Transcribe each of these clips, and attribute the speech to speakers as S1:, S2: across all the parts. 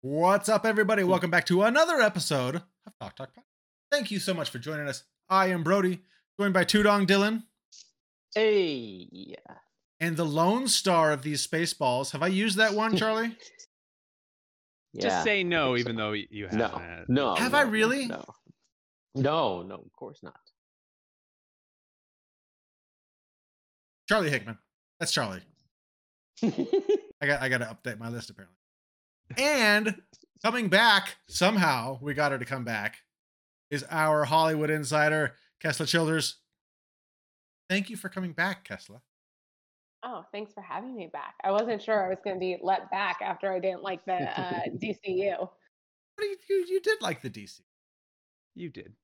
S1: What's up, everybody? Welcome back to another episode of Talk Talk Pod. Thank you so much for joining us. I am Brody, joined by Tudong Dylan
S2: Hey,
S1: and the lone star of these space balls. Have I used that one, Charlie?
S2: Yeah.
S3: Just say no,
S2: think
S3: even
S2: so.
S3: though y- you haven't.
S2: no, no.
S1: Have
S2: no,
S1: I
S2: no,
S1: really?
S2: No, no, no. Of course not.
S1: Charlie Hickman. That's Charlie. I got I got to update my list apparently. And coming back somehow, we got her to come back. Is our Hollywood insider Kesla Childers? Thank you for coming back, Kesla.
S4: Oh, thanks for having me back. I wasn't sure I was going to be let back after I didn't like the uh, DCU.
S1: What do you, you you did like the DC?
S3: You did.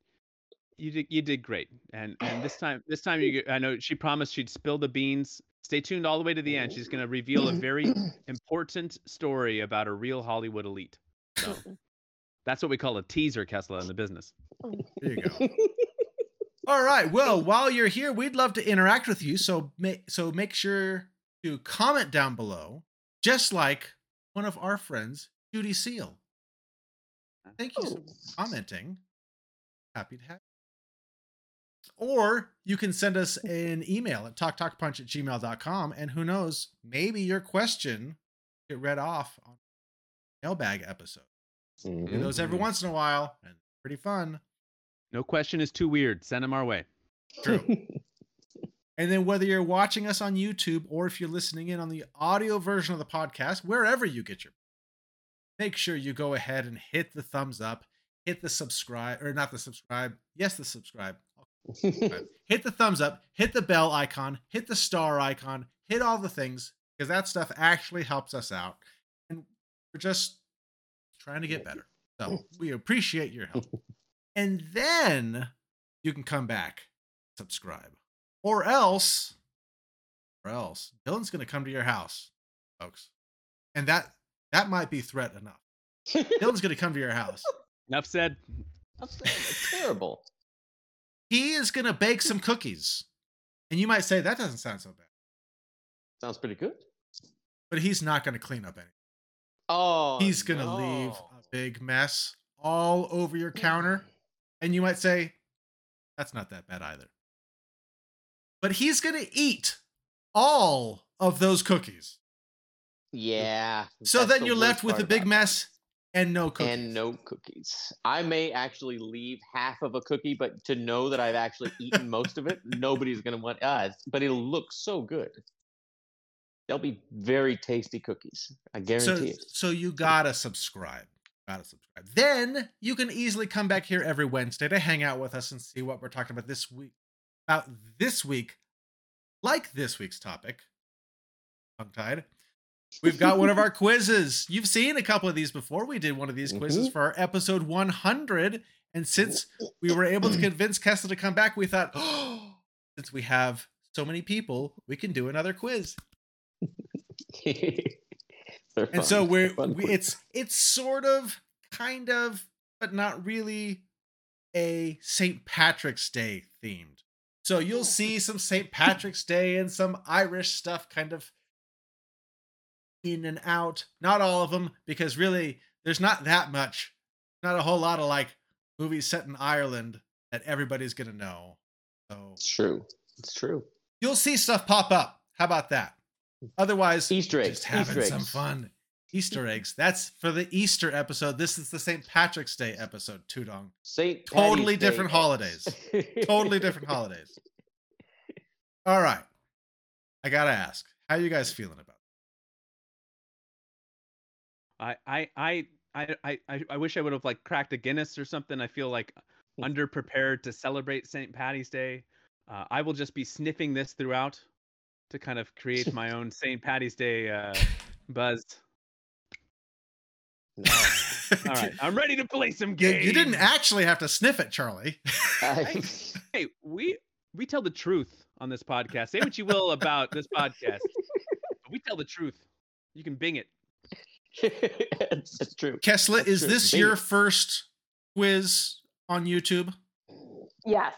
S3: You did. You did great. And and this time, this time you. g- I know she promised she'd spill the beans. Stay tuned all the way to the end. She's going to reveal a very important story about a real Hollywood elite. So that's what we call a teaser, Kessler, in the business.
S1: There you go. All right. Well, while you're here, we'd love to interact with you. So make so make sure to comment down below, just like one of our friends, Judy Seal. Thank you so much for commenting. Happy to have you. Or you can send us an email at talktalkpunch at gmail.com. And who knows, maybe your question will get read off on mailbag episode.
S3: Mm-hmm.
S1: We do
S2: Mhm.
S1: those every once in a while, and pretty fun.
S3: No question is too weird. Send them our way.
S1: True. And then whether you're watching us on YouTube or if you're listening in on the audio version of the podcast, wherever you get your make sure you go ahead and hit the thumbs up, hit the subscribe or not the subscribe. Yes, the subscribe. Hit the thumbs up, hit the bell icon, hit the star icon, hit all the things because that stuff actually helps us out. And we're just trying to get better. So, we appreciate your help. And then you can come back, subscribe or else, or else, Dylan's going to come to your house, folks, and that that might be threat enough. Dylan's going to come to your house.
S3: Enough said.
S2: That's that's terrible.
S1: He is going to bake some cookies, and you might say that doesn't sound so bad,
S2: Sounds pretty good.
S1: but he's not going to clean up anything.
S2: Oh,
S1: He's going to leave a big mess all over your counter, and you might say that's not that bad either. But he's going to eat all of those cookies.
S2: Yeah.
S1: So
S2: that's
S1: then
S2: the
S1: you're
S2: worst
S1: left with
S2: part
S1: a big
S2: about
S1: mess and no
S2: it.
S1: cookies.
S2: And no cookies. I may actually leave half of a cookie, but to know that I've actually eaten most of it, nobody's gonna want us. But it'll look so good. They'll be very tasty cookies. I
S1: so,
S2: guarantee it.
S1: so you gotta subscribe. Gotta subscribe. Then you can easily come back here every Wednesday to hang out with us and see what we're talking about this week. About this week, like this week's topic, tongue tied. We've got one of our quizzes. You've seen a couple of these before. We did one of these quizzes for our episode 100. And since we were able to convince Kessler to come back, we thought, oh, since we have so many people, we can do another quiz.
S2: They're
S1: and
S2: fun.
S1: so we're
S2: Fun
S1: we,
S2: quiz.
S1: it's it's sort of kind of but not really a St. Patrick's Day themed. So
S2: Oh,
S1: you'll see some St. Patrick's Day and some Irish stuff kind of in and out. Not all of them because really there's not that much not a whole lot of like movies set in Ireland that everybody's going to know. So
S2: It's true. It's true.
S1: you'll see stuff pop up. How about that? Otherwise,
S2: Easter eggs.
S1: just having
S2: Easter eggs.
S1: some fun. Easter eggs. That's for the Easter episode. This is the St. Patrick's Day episode, Tudong.
S2: Saint
S1: Totally
S2: Patty's Day
S1: different
S2: eggs.
S1: holidays. Totally different holidays. All right. I gotta ask, how you guys feeling about
S3: I I I I I- I, I wish I would have like cracked a Guinness or something. I feel like
S1: Hmm.
S3: underprepared to celebrate St. Patty's Day. Uh, I will just be sniffing this throughout to kind of create my own St. Patty's Day uh, buzz.
S2: No,
S1: it?
S3: All right, I'm ready to play some
S1: You,
S3: games.
S1: you didn't actually have to sniff it, Charlie.
S2: I-
S3: Hey, we we tell the truth on this podcast. Say what you will about this podcast, but we tell the truth. You can bing it.
S2: it's, it's true.
S1: Kessler,
S2: That's
S1: is
S2: true.
S1: this
S2: Bing
S1: your
S2: it.
S1: first quiz on YouTube?
S4: yes.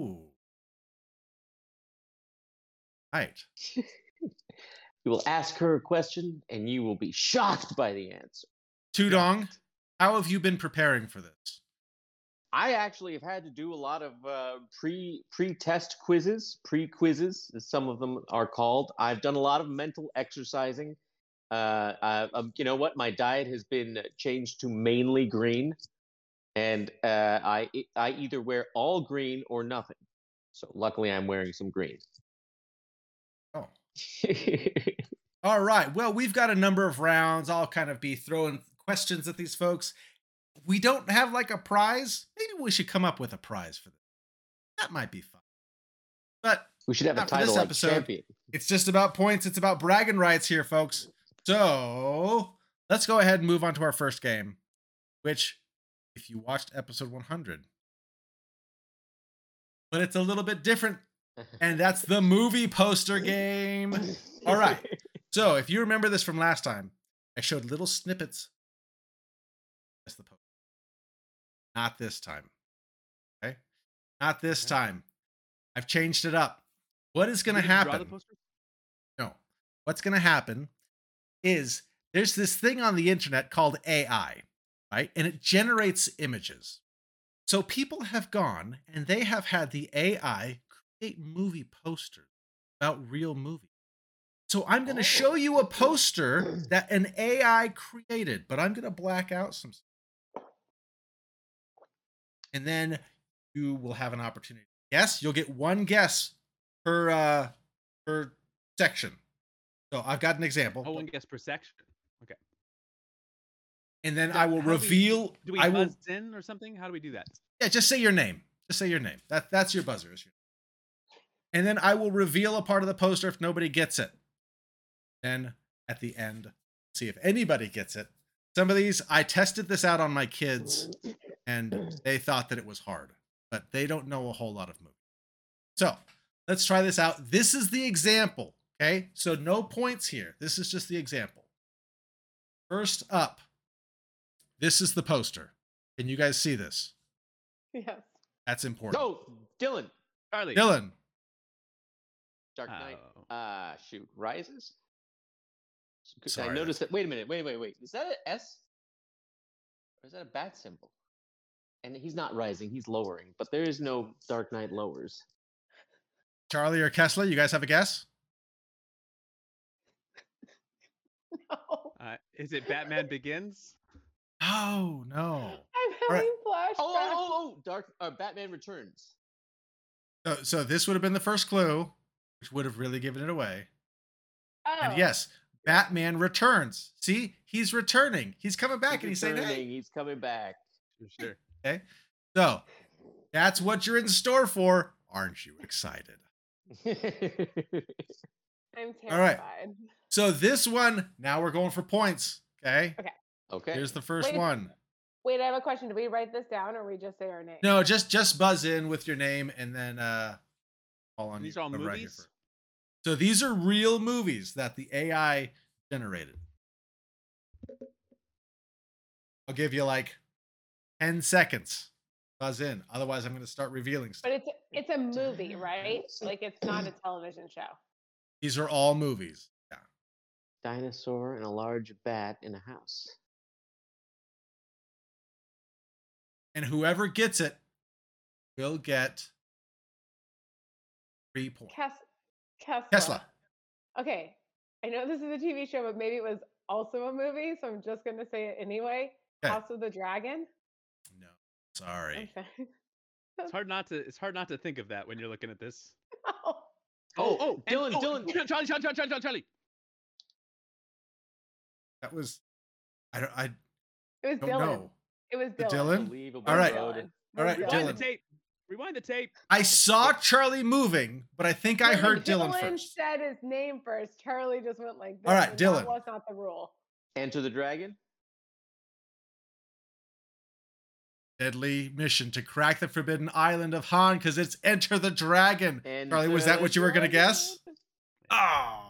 S1: Ooh. Right.
S2: You will ask her a question, and you will be shocked by the answer.
S1: Tudong, how have you been preparing for this?
S2: I actually have had to do a lot of uh, pre pre test quizzes, pre quizzes, as some of them are called. I've done a lot of mental exercising. Uh, I, um, you know what? My diet has been changed to mainly green, and uh, I e- I either wear all green or nothing. So luckily, I'm wearing some green.
S1: Oh. All right. Well, we've got a number of rounds. I'll kind of be throwing questions at these folks. We don't have like a prize. Maybe we should come up with a prize for this. That might be fun. But
S2: we should have a
S1: Not for this
S2: title like
S1: episode.
S2: champion.
S1: it's just about points, it's about bragging rights here, folks. So let's go ahead and move on to our first game, which, if you watched episode 100, but it's a little bit different, and that's the movie poster game. All right. So if you remember this from last time, I showed little snippets. That's the post. Not this time. Okay. Not this time. I've changed it up. What is going to
S5: You didn't draw the
S1: happen?
S5: poster?
S1: No. What's going to happen is there's this thing on the internet called AI, right? And it generates images. So people have gone and they have had the AI create movie posters about real movies. So I'm going to
S2: Oh.
S1: show you a poster that an AI created, but I'm going to black out some. stuff. And then you will have an opportunity. Yes, you'll get one guess per uh per section. So I've got an example,
S5: Oh, one guess per section. Okay.
S1: and then
S5: so
S1: I will
S5: how do we-
S1: reveal.
S5: Do we
S1: I will
S5: buzz in or something? How do we do that?
S1: Yeah, just say your name. Just say your name. That that's your buzzer. is your- And then I will reveal a part of the poster if nobody gets it. Then at the end, see if anybody gets it. Some of these I tested this out on my kids and they thought that it was hard, but they don't know a whole lot of movies. So, let's try this out. This is the example, okay? So no points here. This is just the example. First up, this is the poster. Can you guys see this?
S4: Yes.
S1: That's important.
S2: No, Dylan,
S5: Charlie.
S1: Dylan,
S2: Dark Knight.
S5: Oh.
S2: Uh, shoot, Rises. 'Cause I
S1: Sorry,
S2: noticed that. Wait a minute. Wait, wait, wait. Is that an S? Or is that a bat symbol? And he's not rising. He's lowering. But there is no Dark Knight lowers.
S1: Charlie, or Kessler, you guys have a guess?
S4: No.
S5: Uh, is it Batman Begins?
S1: Oh, no.
S4: I'm
S1: right.
S4: having flashbacks.
S2: Oh, oh, oh, oh, Dark uh, Batman Returns.
S1: So, so this would have been the first clue, which would have really given it away.
S4: Oh.
S1: And yes, Batman returns. See, he's returning. He's coming back
S2: he's
S1: and he's saying,
S2: returning,
S1: hey.
S2: he's coming back.
S5: For sure.
S1: So that's what you're in store for. Aren't you excited?
S4: I'm
S1: All right.
S4: terrified.
S1: So this one, now we're going for points. Okay.
S2: okay.
S1: Here's the first
S4: Wait.
S1: one.
S4: Wait, I have a question. Do we write this down or we just say our name?
S1: No, just just buzz in with your name and then uh call on
S5: These
S1: you.
S5: are all
S1: I'm right here
S5: movies?
S1: first. so these are real movies that the AI generated. I'll give you like 10 seconds. Buzz in. Otherwise, I'm going to start revealing
S4: But
S1: stuff.
S4: it's it's a movie, right? Like it's not a television show.
S1: These are all movies. Yeah.
S2: Dinosaur and a large bat in a house.
S1: And whoever gets it will get three points.
S4: Kes- Tesla.
S1: Tesla.
S4: Okay. I know this is a TV show, but maybe it was also a movie, so I'm just gonna say it anyway.
S1: Okay.
S4: House of the Dragon.
S1: No, sorry.
S4: Okay.
S5: It's hard not to. It's hard not to think of that when you're looking at this.
S4: Oh,
S2: Oh, oh,
S5: and-
S2: Dylan, Dylan.
S5: Charlie, Charlie, Charlie, Charlie, Charlie, Charlie.
S1: That was, I don't, I
S4: it was
S1: don't
S4: Dylan.
S1: know.
S4: It was
S1: Oh, The
S4: Dylan.
S1: Dylan?
S2: Unbelievable.
S1: All right.
S2: Dylan.
S1: All right,
S5: Rewind
S1: Dylan.
S5: the tape. Rewind the tape.
S1: I saw Charlie moving, but I think I
S4: No,
S1: heard Dylan,
S4: Dylan
S1: first.
S4: said his name first. Charlie just went like this.
S1: All right,
S4: and that
S1: Dylan.
S4: was not the rule.
S2: Enter the Dragon.
S1: Deadly mission to crack the forbidden island of Han because it's Enter the Dragon.
S2: And
S1: Charlie, was that what you were going to guess? Oh.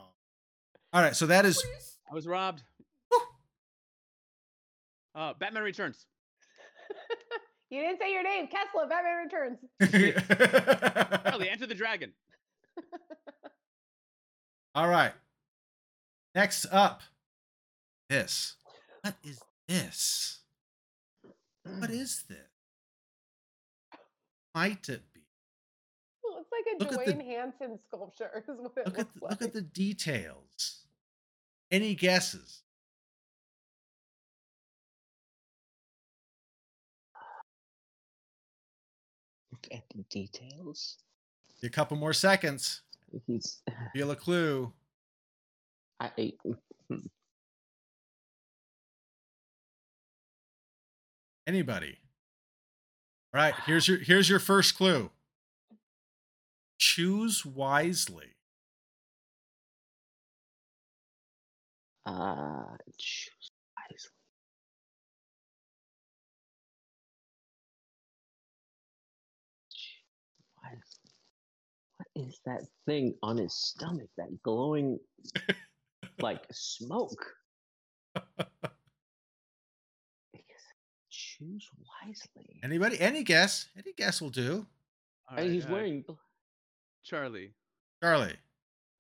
S1: All right, so that is
S5: I was robbed. Uh, Batman Returns.
S4: You didn't say your name. Kessler, Batman Returns.
S5: Charlie, Enter the Dragon.
S1: All right. Next up, this. What is this? What
S4: Hmm.
S1: is this? Might it be?
S4: Well, It's
S1: Look
S4: like
S1: at
S4: a
S1: the-
S4: Dwayne Hanson sculpture is what it looks
S1: Look at the,
S4: like.
S1: look at the details. Any guesses?
S2: Look at the details.
S1: A couple more seconds.
S2: He's.
S1: Feel a clue.
S2: I, I-
S1: Anybody? All right, here's your here's your first clue. Choose wisely.
S2: uh, choose wisely. Choose wisely. What is that thing on his stomach? That glowing, like smoke. Choose wisely.
S1: Anybody? Any guess? Any guess will do.
S5: All
S2: And
S5: right,
S2: he's
S5: uh,
S2: wearing. bl-
S5: Charlie.
S1: Charlie.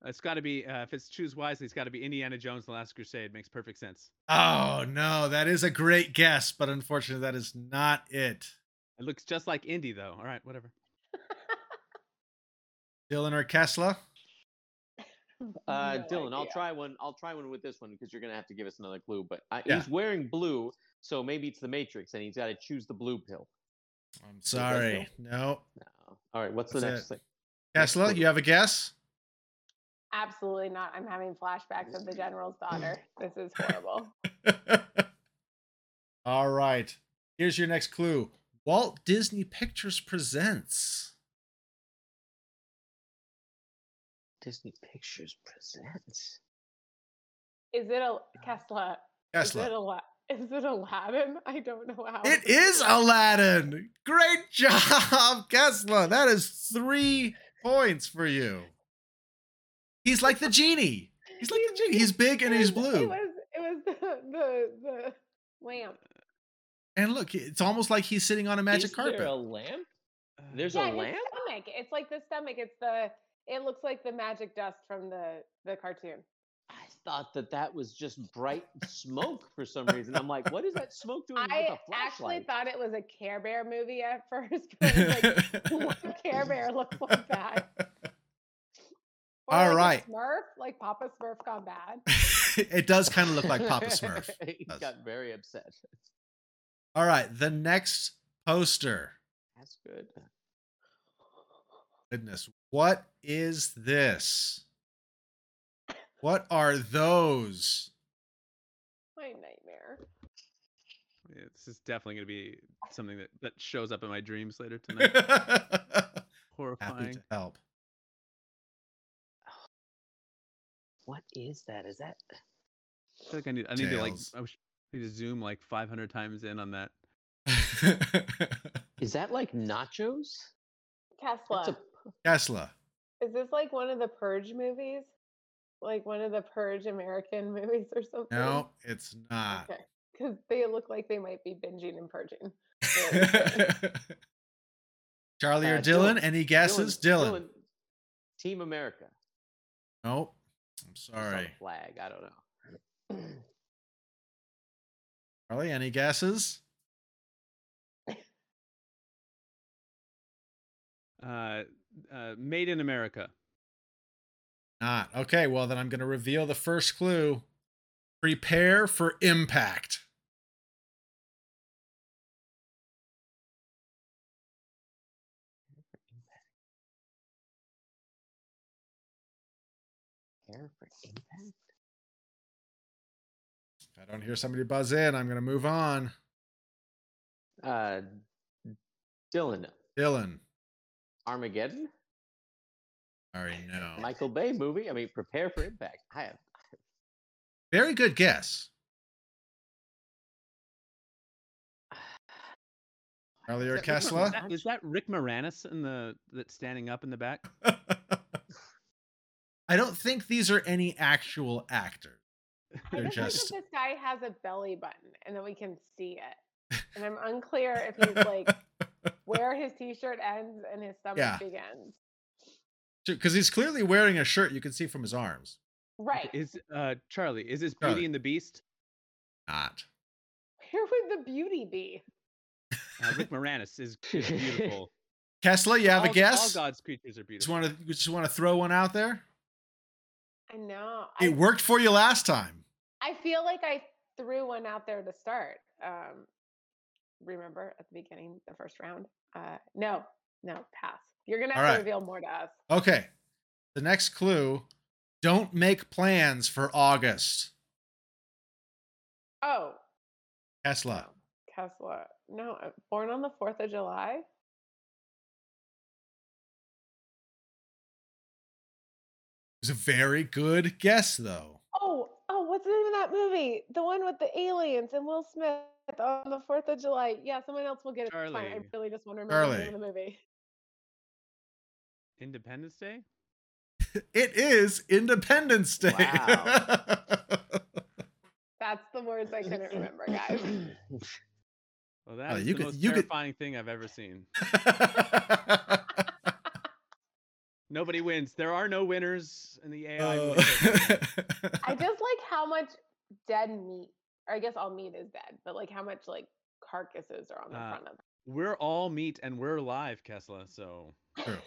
S5: It's got to be uh, if it's choose wisely. It's got to be Indiana Jones: The Last Crusade. Makes perfect sense.
S1: Oh no, that is a great guess, but unfortunately, that is not it.
S5: It looks just like Indy though. All right, whatever.
S1: Dylan or Kessler?
S2: Uh,
S4: No
S2: Dylan, I'll
S4: idea.
S2: try one. I'll try one with this one because you're gonna have to give us another clue. But I,
S1: Yeah.
S2: he's wearing blue, so maybe it's the Matrix, and he's got to choose the blue pill.
S1: I'm sorry. No.
S2: No. All right, what's the
S1: That's
S2: next
S1: it.
S2: thing? Next
S1: Kessler,
S2: clue.
S1: you have a guess?
S4: Absolutely not. I'm having flashbacks of the general's daughter. This is horrible.
S1: All right. Here's your next clue. Walt Disney Pictures presents.
S2: Disney Pictures presents.
S4: Is it a Kesla? Is it
S1: Kessler.
S4: a Is it Aladdin? I don't know how.
S1: It is Aladdin. Great job, Kessler. That is three points for you. He's like the genie. He's like the genie. He's big and he's
S4: It was- It
S1: blue.
S4: was, it was the, the, the lamp.
S1: And look, it's almost like he's sitting on a magic
S2: Is
S1: carpet.
S2: There a lamp? There's
S5: Uh,
S2: a
S4: his
S2: lamp?
S4: stomach. It's like the stomach. It's the. It looks like the magic dust from the the cartoon.
S2: I thought that that was just bright smoke for some reason. I'm Hmm, like, what is that smoke doing with
S4: I
S2: a
S4: actually
S2: flashlight?
S4: thought it was a Care Bear movie at first. But I was like, what would Care Bear look like that? Or
S1: All
S4: like a
S1: right.
S4: Smurf, like Papa Smurf gone bad.
S1: it does kind of look like Papa Smurf.
S2: he
S1: does.
S2: got very upset.
S1: All right, the next poster.
S2: That's good.
S1: Goodness, what is this? What are those?
S4: My nightmare.
S5: yeah, this is definitely gonna be something that that shows up in my dreams later tonight.
S1: Happy
S5: Horrifying.
S1: to help.
S2: What is that? Is that
S5: I feel like I need I need to like
S1: Tails.
S5: I, wish, I need to zoom like 500 times in on that.
S2: is that like nachos? That's
S4: Tesla.
S2: a
S1: Tesla.
S4: Is this like one of the Purge movies? Like one of the Purge American movies or something?
S1: No, it's not.
S4: Okay. Because they look like they might be binging and purging.
S1: Charlie or
S2: Uh,
S1: Dylan,
S2: Dylan.
S1: any guesses? Dylan.
S2: Team America.
S1: Nope. I'm
S2: I saw the
S1: sorry.
S2: Flag. I don't know.
S1: Charlie, any guesses?
S5: Uh, uh, Made in America.
S1: Not. Okay, well, then I'm going to reveal the first clue. Prepare for impact.
S2: Hair for impact.
S1: If I don't hear somebody buzz in, I'm going to move on.
S2: Uh, Dylan
S1: Dylan.
S2: Armageddon.
S1: Sorry, no.
S2: Michael Bay movie. I mean, prepare for impact. I have
S1: Very good guess. Charlie or
S5: Is that Rick Moran-
S1: Kessler?
S5: is that- Is that Rick Moranis in the that's standing up in the back?
S1: I don't think these are any actual actors.
S4: I
S1: They're
S4: just like
S1: just-
S4: that this guy has a belly button and then we can see it. And I'm unclear if he's like where his t shirt ends and his stomach
S1: Yeah.
S4: begins.
S1: Because he's clearly wearing a shirt you can see from his arms.
S4: Right.
S5: Is uh Charlie? Is this
S1: Charlie.
S5: Beauty and the Beast?
S1: Not.
S4: Where would the beauty be?
S5: Uh, Rick Moranis is beautiful.
S1: Kessler, you have
S5: all,
S1: a guess?
S5: All God's creatures are
S1: Just
S5: beautiful.
S1: want to just want to throw one out there.
S4: I know. I,
S1: It worked for you last time.
S4: I feel like I threw one out there to start. Um, remember at the beginning, the first round? Uh, no, no, pass. You're gonna
S1: All
S4: have to
S1: right.
S4: reveal more to us.
S1: Okay. The next clue, don't make plans for August.
S4: Oh,
S1: Tesla.
S4: Tesla. No, uh, born on the Fourth of July.
S1: It's a very good guess though.
S4: Oh, oh, what's the name of that movie? The one with the aliens and Will Smith on the Fourth of July. Yeah, someone else will get it. It's Fine. I
S5: Charlie.
S4: really just want to remember the name
S1: Charlie.
S4: of the movie.
S5: Independence Day.
S1: It is Independence Day.
S2: Wow.
S4: That's the words I couldn't remember, guys.
S5: Well, that
S1: Oh,
S5: is
S1: you
S5: the
S1: could-
S5: most
S1: you could-
S5: terrifying thing I've ever seen. Nobody wins. There are no winners in the AI.
S1: Uh,
S5: movie.
S4: I just like how much dead meat, or I guess all meat is dead, but like how much like carcasses are on the
S5: Uh,
S4: front of.
S5: we're all meat and we're alive, Kesla. So
S1: True.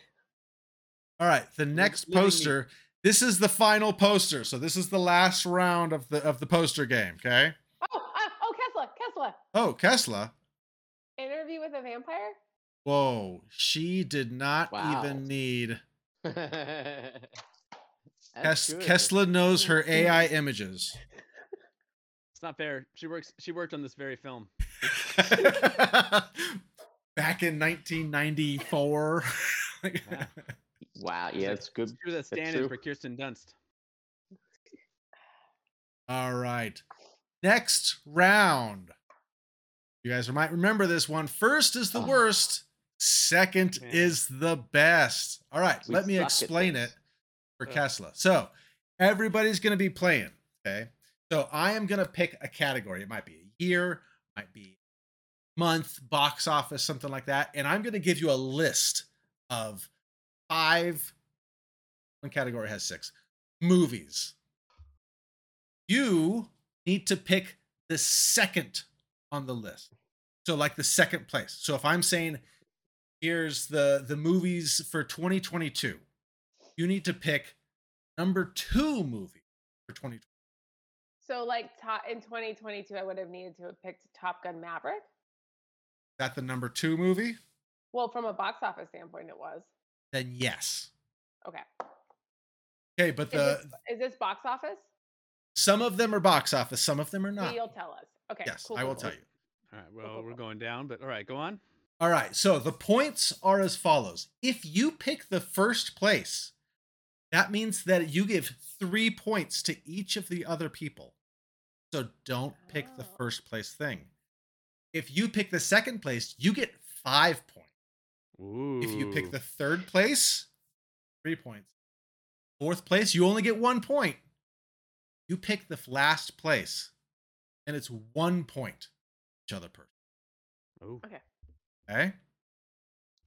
S1: All right, the next
S5: living meat.
S1: poster. This is the final poster. So this is the last round of the of the poster game, okay?
S4: Oh, uh, oh, Kessler, Kessler.
S1: Oh, Kesla.
S4: Interview with a vampire.
S1: Whoa, she did not
S2: Wow.
S1: even need
S2: That's
S1: Kes-
S2: good.
S1: Kesla knows her AI images.
S5: it's not fair. She works. She worked on this very film.
S1: Back in 1994.
S5: Wow.
S2: Wow, yeah, that's good.
S5: She was a stand-in
S2: true.
S5: for Kirsten Dunst.
S1: All right. Next round. You guys might remember this one. First is the
S2: Oh.
S1: worst, second
S5: Man.
S1: is the best. All right,
S2: We
S1: let me
S2: suck at
S1: explain
S2: this.
S1: it for
S5: Ugh.
S1: Kessler. So, everybody's going to be playing, okay? So, I am going to pick a category. It might be a year, might be month, box office, something like that, and I'm going to give you a list of five one category has 6 movies. You need to pick the second on the list. So like the second place. So if I'm saying here's the the movies for 2022, you need to pick number 2 movie for 2022.
S4: So like top in 2022, I would have needed to have picked Top Gun Maverick.
S1: Is that the number 2 movie?
S4: Well, from a box office standpoint, it was.
S1: Then yes.
S4: Okay.
S1: Okay, but the
S4: is, this, is this box office?
S1: some of them are box office, some of them are not.
S4: You'll tell us. Okay.
S1: Yes,
S4: cool,
S1: I
S4: cool,
S1: will
S4: cool.
S1: tell you.
S5: All right.
S1: Oh.
S5: Well, we're going down, but all right, go on.
S1: All right, so the points are as follows. If you pick the first place, that means that you give three points to each of the other people. So don't pick the
S4: Oh.
S1: first place thing. If you pick the second place, you get five points.
S5: Ooh.
S1: If you pick the third place, three points. Fourth place, you only get one point. You pick the f- last place, and it's one point each other person.
S5: Ooh.
S1: Okay.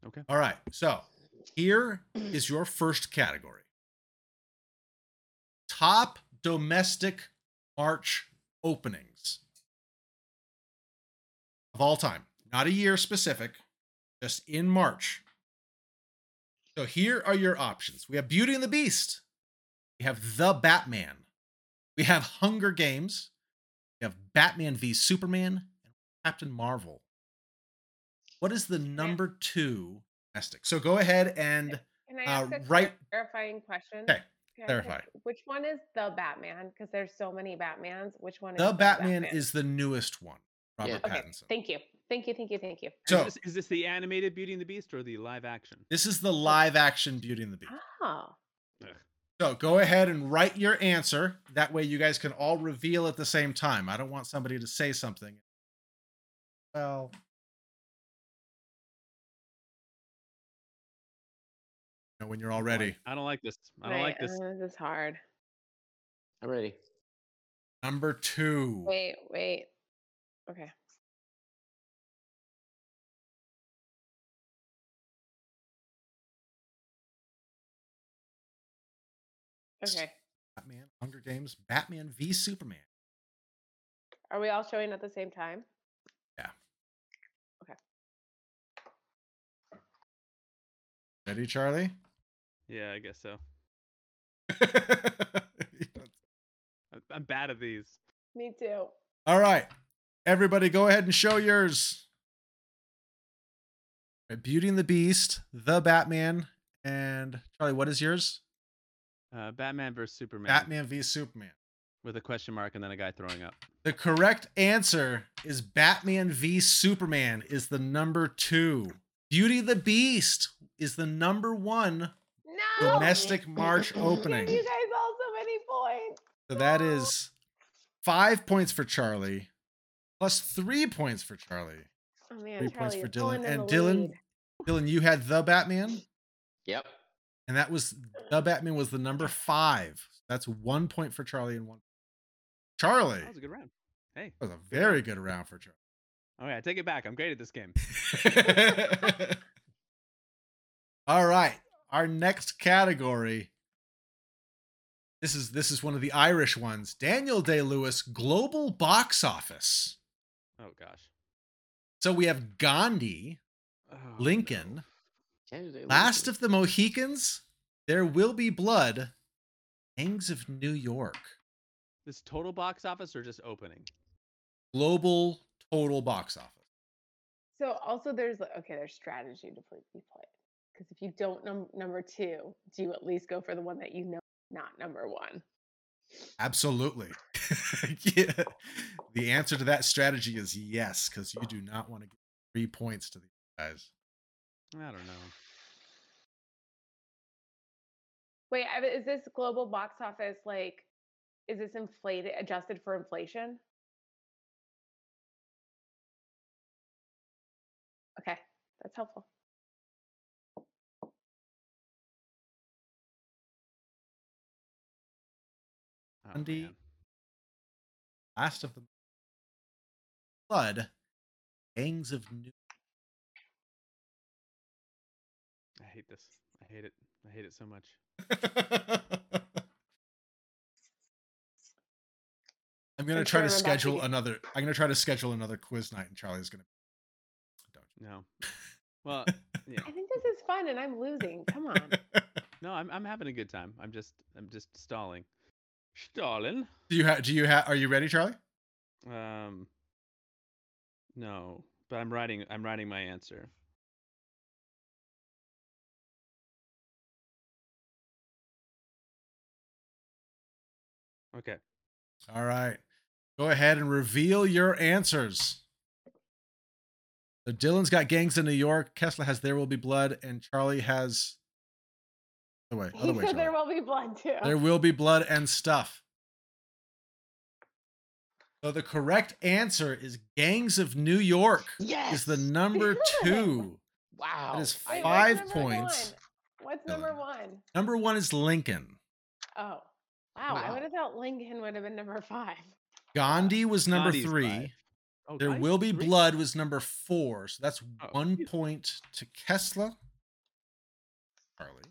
S5: Okay.
S1: All right. So here is your first category Top domestic March openings of all time. Not a year specific, just in March. So here are your options we have Beauty and the Beast, we have The Batman, we have Hunger Games, we have Batman v Superman, and Captain Marvel. What is the number two domestic? So go ahead and
S4: Can I
S1: Uh,
S4: ask a
S1: right-
S4: clarifying question?
S1: Okay,
S4: Can I
S1: clarify.
S4: pick Which one is the Batman? Because there's so many Batmans. Which one is
S1: the Batman is the newest one,
S2: Yeah.
S1: Robert
S4: Okay,
S1: Pattinson.
S4: Thank you. Thank you. Thank you. Thank you.
S5: So
S1: So-
S5: is this, is this the animated Beauty and the Beast or the live action?
S1: This is the live action Beauty and the Beast.
S4: Oh.
S1: So go ahead and write your answer. That way you guys can all reveal at the same time. I don't want somebody to say something. Well, you know, when you're all
S5: I don't like-
S1: ready.
S5: I don't like this. I don't like
S4: right,
S5: this.
S4: uh, this is hard.
S2: I'm ready.
S1: Number two.
S4: Wait, wait. Okay. Okay.
S1: Batman, Hunger Games, Batman v Superman.
S4: Are we all showing at the same time?
S1: Ready, Charlie?
S3: Yeah, I guess so.
S1: All
S3: I'm- I'm bad at these.
S4: Me too.
S1: right. Everybody, go ahead and show yours. All right, Beauty and the Beast, The Batman, and Charlie, what is yours?
S3: Uh, Batman versus Superman.
S1: Batman v Superman.
S3: With a question mark and then a guy throwing up.
S1: The correct answer is Batman v Superman is the number two. Beauty and the Beast is the number one
S4: No.
S1: domestic March
S4: Give
S1: opening.
S4: you guys all so many points.
S1: So that is five points for Charlie, plus three points for Charlie.
S4: Oh man,
S1: Three points
S4: Charlie,
S1: for
S4: you're
S1: Dylan.
S4: pulling in
S1: And
S4: the
S1: Dylan-
S4: lead.
S1: Dylan, you had the Batman,
S2: Yep.
S1: and that was the Batman was the number five. That's one point for Charlie and one. Charlie,
S3: That was a good round. Hey.
S1: that was a very good round for
S3: All right, I take it back. I'm great at this game.
S1: Charlie. All right, our next category. This is this is one of the Irish ones. Daniel Day Lewis, global box office.
S3: Oh gosh.
S1: So we have Gandhi,
S3: Oh, no.
S1: Lincoln.
S2: Candidate
S1: Last
S2: Lincoln.
S1: of the Mohicans, There Will Be Blood, Gangs of New York.
S3: This total box office or just opening?
S1: Global total box office.
S4: So also there's like okay, there's strategy to play be played. Because if you don't num- number two, do you at least go for the one that you know not number one?
S1: Absolutely. yeah. The answer to that strategy is yes, because you do not want to give three points to these guys.
S3: I don't know.
S4: Wait, I- is this global box office like is this inflated adjusted for inflation? Okay, that's helpful.
S3: Oh,
S1: Andy?
S3: man.
S1: Last of the Blood, Gangs of New
S3: I hate this. I hate it. I hate it so much.
S1: I'm gonna
S4: I'm sure I'm
S1: try to
S4: about to
S1: schedule
S4: get-
S1: another. I'm gonna try to schedule another quiz night, and Charlie's gonna.
S3: No. Well, yeah.
S4: I think this is fun and I'm losing. Come on.
S3: No, I'm I'm having a good time. I'm just I'm just stalling. Stalling.
S1: Do you have? Do you have? Are you ready, Charlie?
S3: Um No, but I'm writing I'm writing my answer. Okay.
S1: All right. Go ahead and reveal your answers. So Dylan's got Gangs in New York. Kessler has There Will Be Blood, and Charlie has. Other way. Other
S4: He
S1: way.
S4: said there oh.
S1: Charlie.
S4: will be blood too.
S1: There will be blood and stuff. So the correct answer is Gangs of New York
S2: yes.
S1: is the number two.
S2: wow.
S1: is
S4: Wait, what's
S1: five
S4: number
S1: points.
S4: one? What's
S1: Dylan.
S4: number one?
S1: Number one is Lincoln.
S4: Oh, wow. I
S2: Wow.
S4: would have thought Lincoln would have been number five.
S1: Gandhi was number
S3: Gandhi's
S1: three.
S3: five. Oh,
S1: There
S3: nice.
S1: Will Be
S3: Three.
S1: Blood was number four. So that's
S3: Oh,
S1: one
S3: geez.
S1: point to Kessler. Charlie.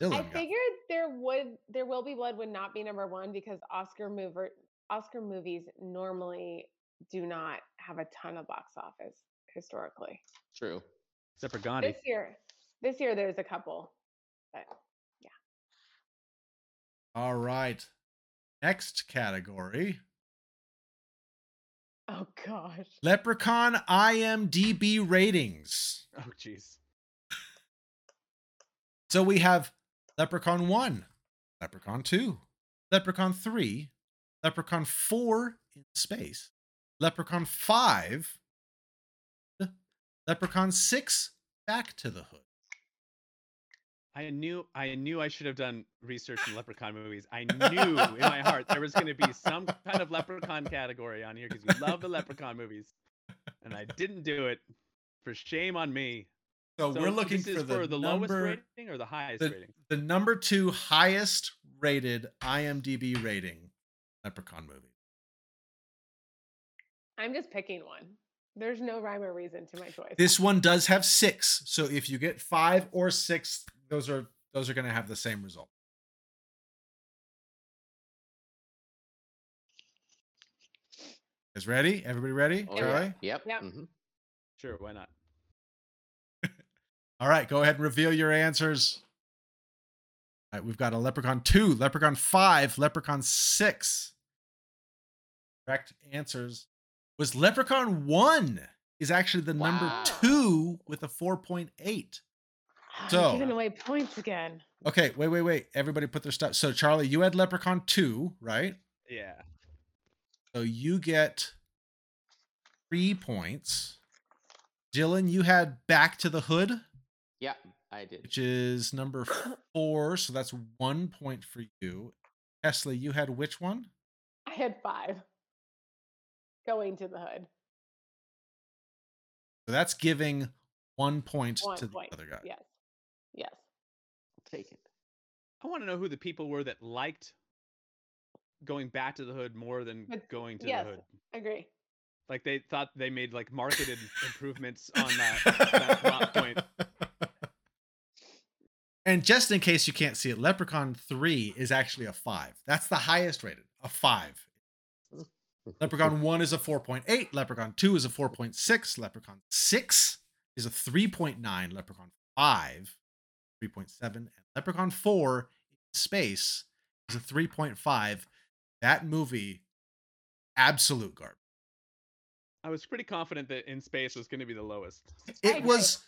S1: Dylan
S4: I
S1: got-
S4: figured there would, there will be blood would not be number one because Oscar mover, Oscar movies normally do not have a ton of box office historically.
S2: True.
S3: Except for Gandhi.
S4: This year, this year there's a couple. But
S1: All right. Next category
S4: oh gosh,
S1: Leprechaun IMDb ratings.
S3: Oh jeez.
S1: So we have Leprechaun 1, Leprechaun 2, Leprechaun 3, Leprechaun 4 in space, Leprechaun 5, Leprechaun 6, Back to the Hood.
S3: I knew I knew I should have done research in leprechaun movies. I knew in my heart there was going to be some kind of leprechaun category on here because you love the leprechaun movies, and I didn't do it. For shame on me.
S1: So, Oh, we're looking
S3: this
S1: for
S3: is
S1: the,
S3: lowest
S1: number,
S3: rating or the highest
S1: the-
S3: rating.
S1: the number two highest rated IMDb rating Leprechaun movie.
S4: I'm just picking one. There's no rhyme or reason to my choice.
S1: This one does have six. So if you get five or six, those are those are going to have the same result. Because Guys, ready? Everybody ready?
S2: Oh,
S1: Charlie?
S2: yeah. Yep.
S4: Yep.
S2: mhm.
S3: Sure, why not?
S1: All right, go ahead and reveal your answers. All right, we've got a Leprechaun 2, Leprechaun 5, Leprechaun 6. Correct answers was Leprechaun 1 is actually the
S2: Wow.
S1: number 2 with a 4.8.
S4: I'm
S1: So-
S4: giving away points again.
S1: Okay, wait, wait, wait. Everybody put their stuff. So Charlie, you had Leprechaun 2, right?
S3: Yeah.
S1: So you get 3 points. Dylan, you had Back to the Hood,
S2: Yep. I did.
S1: which is number four. So that's one point for you. Esley, you had which one?
S4: I had five. Going to the hood.
S1: So that's giving one point
S4: One
S1: to the
S4: point.
S1: other guy.
S4: Yes. Yes.
S2: Take it.
S3: I want to know who the people were that liked going back to the hood more than
S4: But-
S3: going to
S4: yes.
S3: the hood.
S4: Agree.
S3: Like they thought they made like marketed improvements on that. That plot point.
S1: And just in case you can't see it, Leprechaun 3 is actually a 5. That's the highest rated, a 5. Leprechaun 1 is a 4.8. Leprechaun 2 is a 4.6. Leprechaun 6 is a 3.9. Leprechaun 5, 3.7. And Leprechaun 4 in space is a 3.5. That movie, absolute garbage.
S3: I was pretty confident that in space was going to be the lowest.
S4: I
S1: It
S4: agree.
S1: was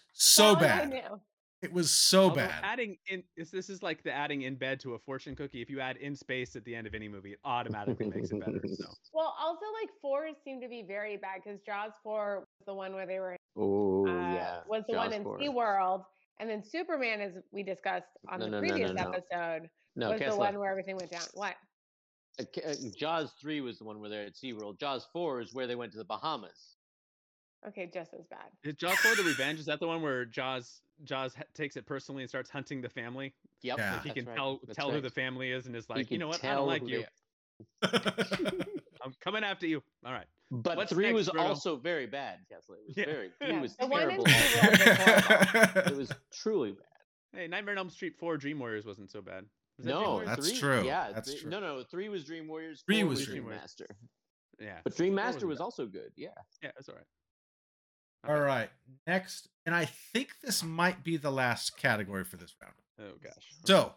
S4: That
S1: so
S4: one I
S1: bad.
S4: knew.
S1: It was so
S3: Although
S1: bad.
S3: Adding in is this is like the adding in bed to a fortune cookie. If you add in space at the end of any movie, it automatically makes it better. So
S4: Well, also like fours seem to be very bad because Jaws four was the one where they were
S2: Oh
S4: uh,
S2: yeah.
S4: was the one
S2: Jaws
S4: in
S2: four.
S4: SeaWorld. And then Superman, as we discussed on
S2: No,
S4: the
S2: no, no, no,
S4: previous
S2: no.
S4: episode,
S2: No,
S4: was the
S2: Kessler.
S4: one where everything went down. What?
S2: uh, K- uh, Jaws three was the one where they're at SeaWorld. Jaws four is where they went to the Bahamas.
S4: Okay, just as bad.
S3: is Jaws for the Revenge is that the one where Jaws Jaws ha- takes it personally and starts hunting the family?
S2: Yep.
S1: Yeah.
S3: Like he
S2: that's
S3: can
S2: right,
S3: tell
S2: that's
S3: tell who
S2: right.
S3: the family is and is
S2: He
S3: like, you
S2: can
S3: know what? I
S2: tell
S3: don't like
S2: who
S3: you.
S2: they are.
S3: I'm coming after you. All right.
S2: But
S3: What's
S2: three
S3: next,
S2: was
S3: Roto?
S2: also very bad, Kessler. It was
S3: Yeah.
S2: very three
S4: Yeah,
S2: was
S4: the one in
S2: terrible.
S4: SeaWorld.
S2: it was truly bad.
S3: Hey, Nightmare on Elm Street 4 Dream Warriors wasn't so bad. Was that Dream
S2: No,
S3: Warriors?
S1: That's
S2: three-
S1: true,
S2: Yeah,
S1: that's
S2: three-
S1: true.
S2: No, no, three was Dream Warriors.
S1: Three
S2: four
S1: was
S3: Dream
S2: Dream
S3: Warriors.
S2: Master.
S3: yeah.
S2: But Dream
S3: That
S2: Master
S3: wasn't
S2: was
S3: bad.
S2: also good. Yeah.
S3: Yeah, that's all right.
S1: All right. Next, and I think this might be the last category for this round.
S3: Oh gosh.
S1: So,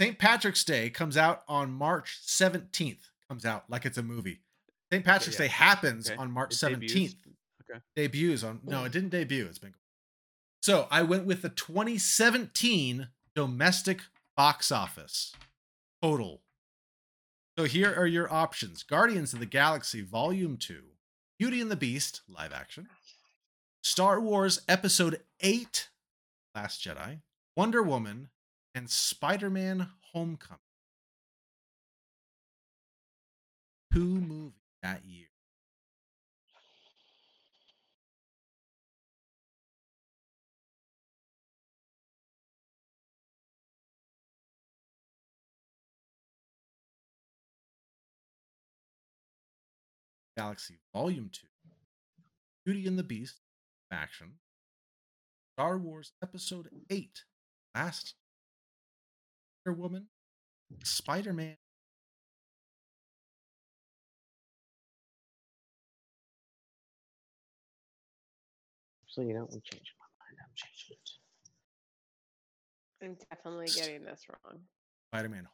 S1: St. Patrick's Day comes out on March 17th. Comes out like it's a movie. St. Patrick's
S3: yeah.
S1: Day happens
S3: Okay.
S1: on March
S3: It
S1: 17th.
S3: debuts.
S1: Debuts on No, it didn't debut. It's been So, I went with the 2017 domestic box office total. So, here are your options. Guardians of the Galaxy Volume 2, Beauty and the Beast live action, Star Wars Episode 8 Last Jedi, Wonder Woman, and Spider Man Homecoming. Two movies that year. Galaxy Volume 2, Beauty and the Beast, Action, Star Wars Episode 8, Last Wonder Woman, Spider Man.
S2: So you know, I'm changing my mind. I'm changing it.
S4: I'm definitely
S1: St-
S4: getting this wrong.
S1: Spider-Man. Home.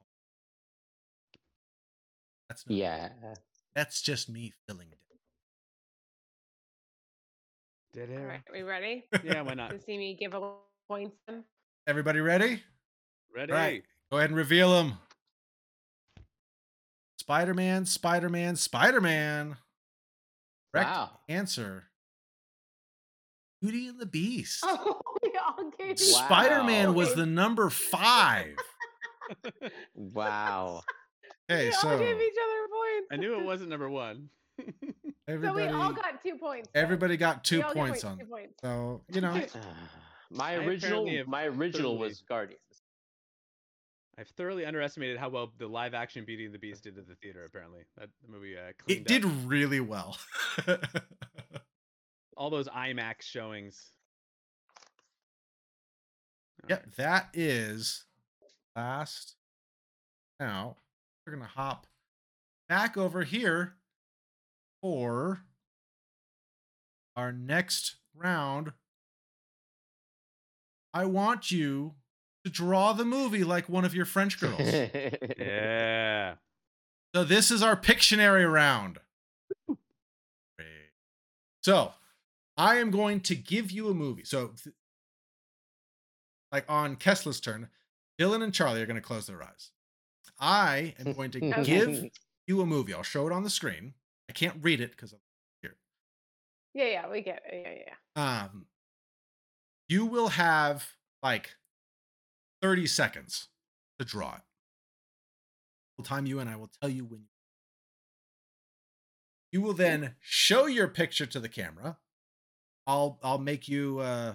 S1: That's not,
S2: Yeah.
S1: That's just me feeling. It.
S3: Dead
S4: All right,
S3: air.
S4: we ready
S3: Yeah, why not?
S4: to see me give a points? then?
S1: Everybody ready?
S3: Ready?
S1: Right. Go ahead and reveal them. Spider-Man, Spider-Man, Spider-Man. Correct
S2: Wow.
S1: answer. Beauty and the Beast.
S4: Oh, we all gave. each-
S2: Wow.
S1: Spider-Man was
S4: Okay.
S1: the number five.
S2: Wow.
S1: Okay,
S4: we all
S1: so
S4: gave each other points.
S3: I knew it wasn't number one.
S4: So we
S1: everybody,
S4: all got two points. then.
S1: everybody got
S4: We
S1: two
S4: all got
S1: points on.
S4: Two
S1: that.
S4: points.
S1: So you know,
S2: my
S3: I
S2: original,
S3: apparently have
S2: my original
S3: totally-
S2: was Guardians.
S3: I've thoroughly underestimated how well the live action Beauty and the Beast did at the theater, apparently. That movie uh, cleaned
S1: it did
S3: up
S1: really well.
S3: all those IMAX showings. All
S1: Yep, that is last. Now we're gonna hop back over here for our next round, I want you to draw the movie like one of your French girls.
S3: Yeah.
S1: So this is our Pictionary round. Great. So I am going to give you a movie. So th- like on Kessler's turn, Dylan and Charlie are going to close their eyes. I am going to give you a movie. I'll show it on the screen. I can't read it because
S4: Yeah, yeah, we get it. Yeah, yeah, yeah.
S1: um, you will have like 30 seconds to draw it. We'll time you and I will tell you when. You will then show your picture to the camera. I'll I'll make you uh,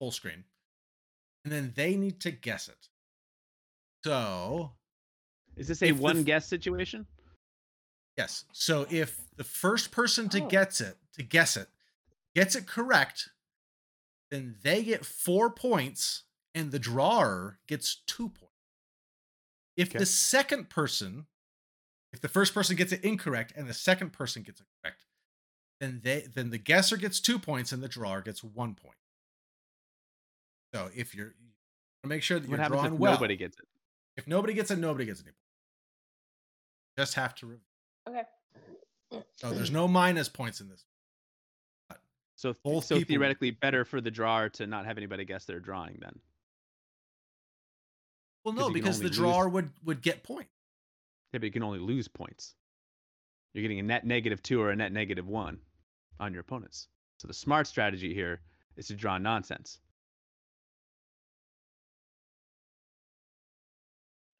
S1: full screen, and then they need to guess it. So
S3: Is this a
S1: If the
S3: one
S1: f-
S3: guess situation?
S1: Yes. So if the first person to
S4: Oh.
S1: gets it to guess it gets it correct, then they get four points and the drawer gets two points. If
S3: Okay.
S1: the second person, if the first person gets it incorrect and the second person gets it correct, then they then the guesser gets two points and the drawer gets one point. So if you're you wanna make sure that
S3: what
S1: you're
S3: happens
S1: drawing
S3: if
S1: well.
S3: nobody gets it?
S1: If nobody gets it, nobody gets it. Just have to. Re-
S4: Okay.
S1: so there's no minus points in this.
S3: So, th-
S1: Both
S3: so
S1: people-
S3: theoretically, better for the drawer to not have anybody guess their drawing then.
S1: Well,
S3: 'Cause
S1: no,
S3: you can
S1: because the
S3: only lose-
S1: drawer would would get points.
S3: Yeah, but you can only lose points. You're getting a net negative two or a net negative one on your opponents. So the smart strategy here is to draw nonsense.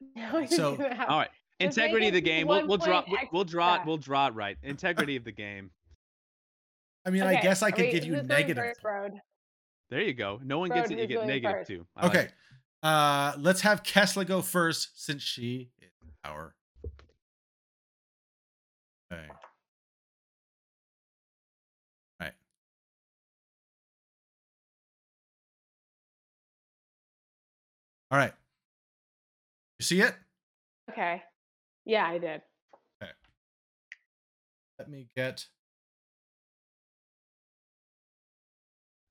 S4: Now you're
S1: So-
S4: gonna have-
S3: All right,
S4: Just make
S3: integrity of the
S4: it
S3: game. We'll,
S4: one
S3: we'll draw.
S4: point
S3: We'll, we'll draw it.
S4: extra.
S3: We'll draw it right. Integrity of the game.
S1: I mean, I
S4: Okay,
S1: guess I
S4: are
S1: could
S4: we-
S1: give you
S4: who's going
S1: negative.
S4: first, Road?
S3: There you go. No one gets
S4: Road,
S3: it. You
S4: who's
S3: get
S4: going
S3: negative
S4: first?
S3: two. I like
S1: Okay,
S3: it.
S1: uh, let's have Kessler go first since she is our. Okay. Right. All right. You see it?
S4: Okay. Yeah, I did.
S1: Let me get.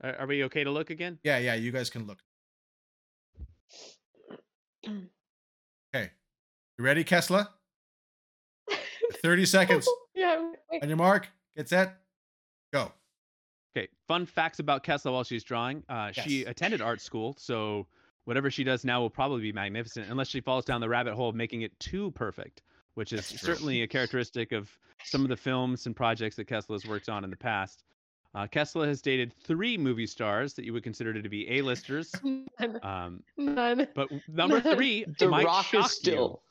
S3: Are, are we okay to look again?
S1: Yeah, yeah. You guys can look.
S4: Mm.
S1: Okay. You ready, Kessler? 30 seconds.
S4: yeah. I'm- Wait,
S1: On your mark, get set, go.
S3: Okay. Fun facts about Kessler while she's drawing. Uh, She
S1: Yes.
S3: attended art school, so whatever she does now will probably be magnificent, unless she falls down the rabbit hole of making it too perfect, which is
S1: That's true.
S3: certainly a characteristic of some of the films and projects that Kessler has worked on in the past. Uh, Kessler has dated three movie stars that you would consider to be A-listers.
S4: none,
S3: Um,
S4: none.
S3: but w- number three
S6: the
S3: might
S6: rock
S3: shock
S6: is still.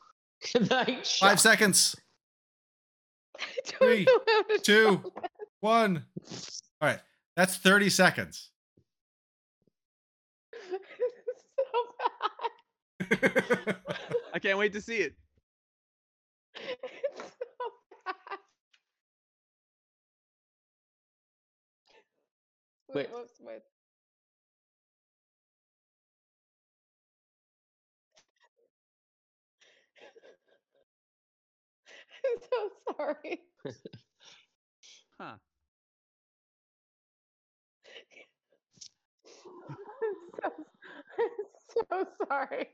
S6: Night Shock.
S1: Five seconds,
S4: I don't
S1: three,
S4: know how to
S1: two.
S4: draw
S1: one. All right, that's 30 seconds.
S4: that. This is so bad.
S3: you. I can't wait to see it.
S4: It's so bad.
S6: Wait.
S4: what's my- I'm so sorry.
S3: Huh.
S4: I'm so, I'm so sorry.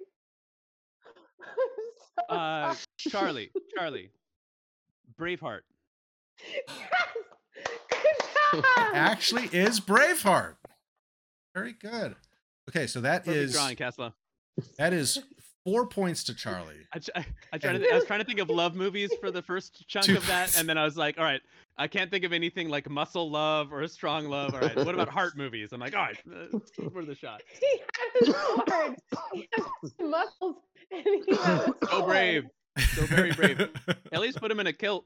S4: I'm so
S3: Uh,
S4: sorry.
S3: Charlie, Charlie, Braveheart.
S4: Yes! Good job!
S1: Actually, is Braveheart. Very good. Okay, so that
S3: Perfect
S1: is
S3: drawing, Kessler.
S1: that is four points to Charlie.
S3: I, tr- I, I, tried to th- I was trying to think of love movies for the first chunk
S1: Two
S3: of that, and then I was like, all right, I can't think of anything like muscle love or strong love. All right, what about heart movies? I'm like, all right, uh, worth a shot.
S4: he had his sword. He had his muscles, and he had his
S3: So
S4: sword.
S3: Oh, brave. So very brave. At least put him in a kilt.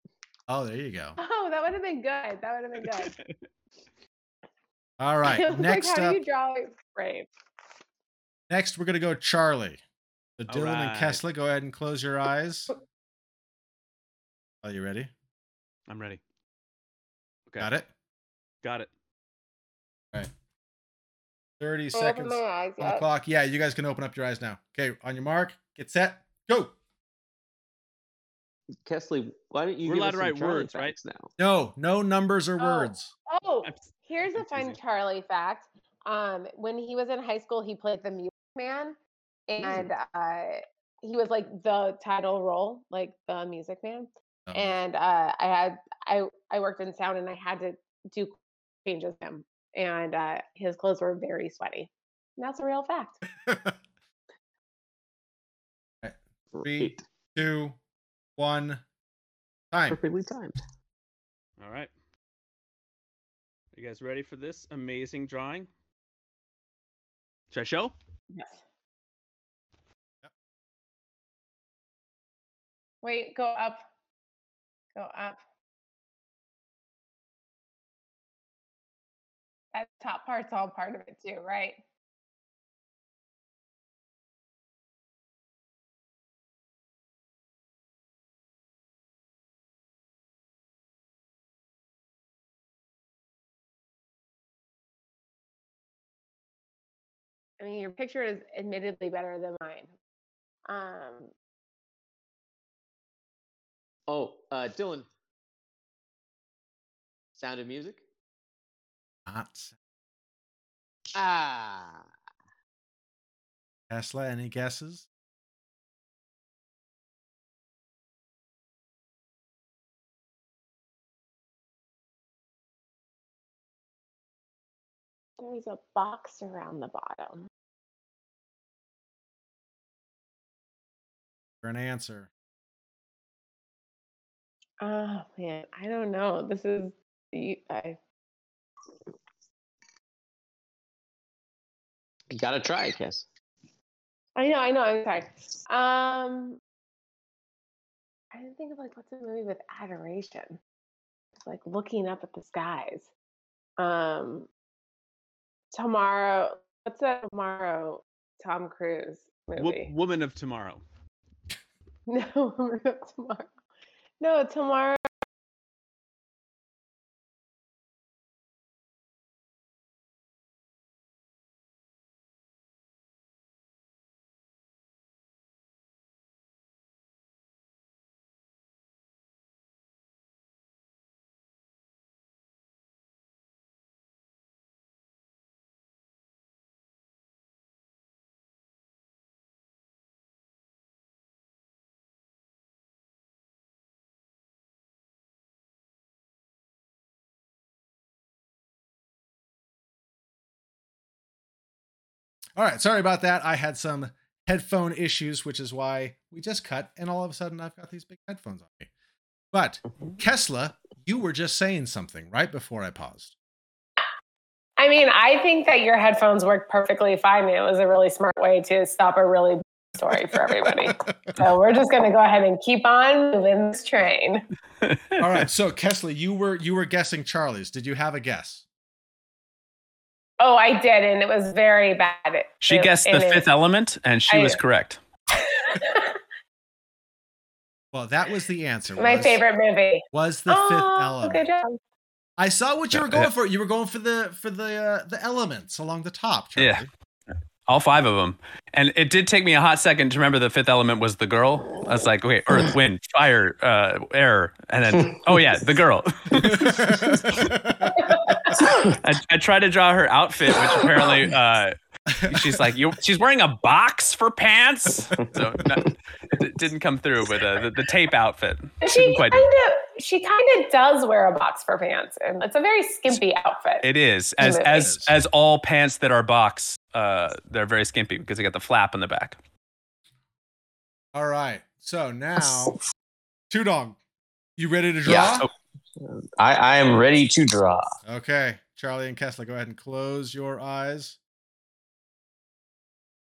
S1: oh, there you go.
S4: Oh, that would have been good. That would have been good.
S1: All
S4: I
S1: right.
S4: was
S1: Next
S4: like, how
S1: up,
S4: do you draw it brave?
S1: next we're gonna go Charlie. So
S3: All
S1: Dylan and
S3: right.
S1: Kessler, go ahead and close your eyes. Are you ready?
S3: I'm ready. Okay.
S1: Got it?
S3: Got it.
S1: 30
S4: I opened
S1: seconds.
S4: my eyes
S1: on the
S4: up.
S1: clock. Yeah, you guys can open up your eyes now. Okay, on your mark, get set, go.
S2: Kesley, why don't you?
S5: We're
S2: give us
S5: allowed to
S2: some
S5: write
S2: Charlie
S5: words, right?
S2: facts Now,
S1: No, no numbers or
S4: Oh.
S1: words.
S4: Oh,
S5: I'm-
S4: here's a
S5: I'm
S4: fun
S5: teasing.
S4: Charlie fact. Um, when he was in high school, he played the Music Man, and uh, he was like the title role, like the Music Man.
S1: Oh.
S4: And uh, I had I I worked in sound, and I had to do changes to him, and uh, his clothes were very sweaty. And that's a real fact.
S1: Three.
S2: Great.
S1: Two, one, time.
S2: perfectly timed.
S5: All right. You guys ready for this amazing drawing? Should I show?
S4: Yes. Wait, go up. Go up. That top part's all part of it too, right? I mean, your picture is admittedly better than mine. Um,
S2: Oh, uh, Dylan. Sound of Music.
S1: Not
S2: Ah,
S1: Tesla. Any guesses?
S4: there's a box around the bottom.
S1: For an answer.
S4: Oh man, I don't know. This is you- I,
S2: you gotta try, I guess.
S4: I know, I know. I'm sorry. Um, I didn't think of like what's a movie with adoration, It's like looking up at the skies. Um, tomorrow. What's that tomorrow? Tom Cruise
S5: Wo-
S4: movie.
S5: Woman of Tomorrow.
S4: No, tomorrow. No, tomorrow.
S1: All right. Sorry about that. I had some headphone issues, which is why we just cut, and all of a sudden I've got these big headphones on me. But Kesla, you were just saying something right before I paused.
S4: I mean, I think that your headphones work perfectly fine, and it was a really smart way to stop a really boring story for everybody. so we're just going to go ahead and keep on moving this train.
S1: All right. So Kesla, you were you were guessing Charlie's. Did you have a guess?
S4: Oh, I did, and it was very bad. It-
S3: She
S4: it-
S3: guessed the
S4: and it-
S3: fifth element and she
S4: I-
S3: was correct.
S1: Well, that was the answer.
S4: My
S1: was-
S4: favorite movie.
S1: was the
S4: Oh,
S1: fifth element.
S4: Good job.
S1: I saw what you were
S3: Yeah.
S1: going for. You were going for the for the uh, the elements along the top. Charlie.
S3: Yeah. All five of them. And it did take me a hot second to remember the fifth element was the girl. I was like, okay, earth, wind, fire, uh, air. And then, oh, yeah, the girl. I, I tried to draw her outfit, which apparently uh, she's like, you she's wearing a box for pants. So no, it didn't come through with uh, the, the tape outfit.
S4: She
S3: Didn't
S4: kind
S3: quite-
S4: of she kind of does wear a box for pants, and it's a very skimpy outfit.
S3: It is as
S4: It
S3: as
S1: is.
S3: as all pants that are box. Uh, they're very skimpy because they got the flap on the back.
S1: All right. So now, two dog. You ready to draw?
S2: Yeah. I, I am ready to draw.
S1: Okay, Charlie and Kessler, go ahead and close your eyes.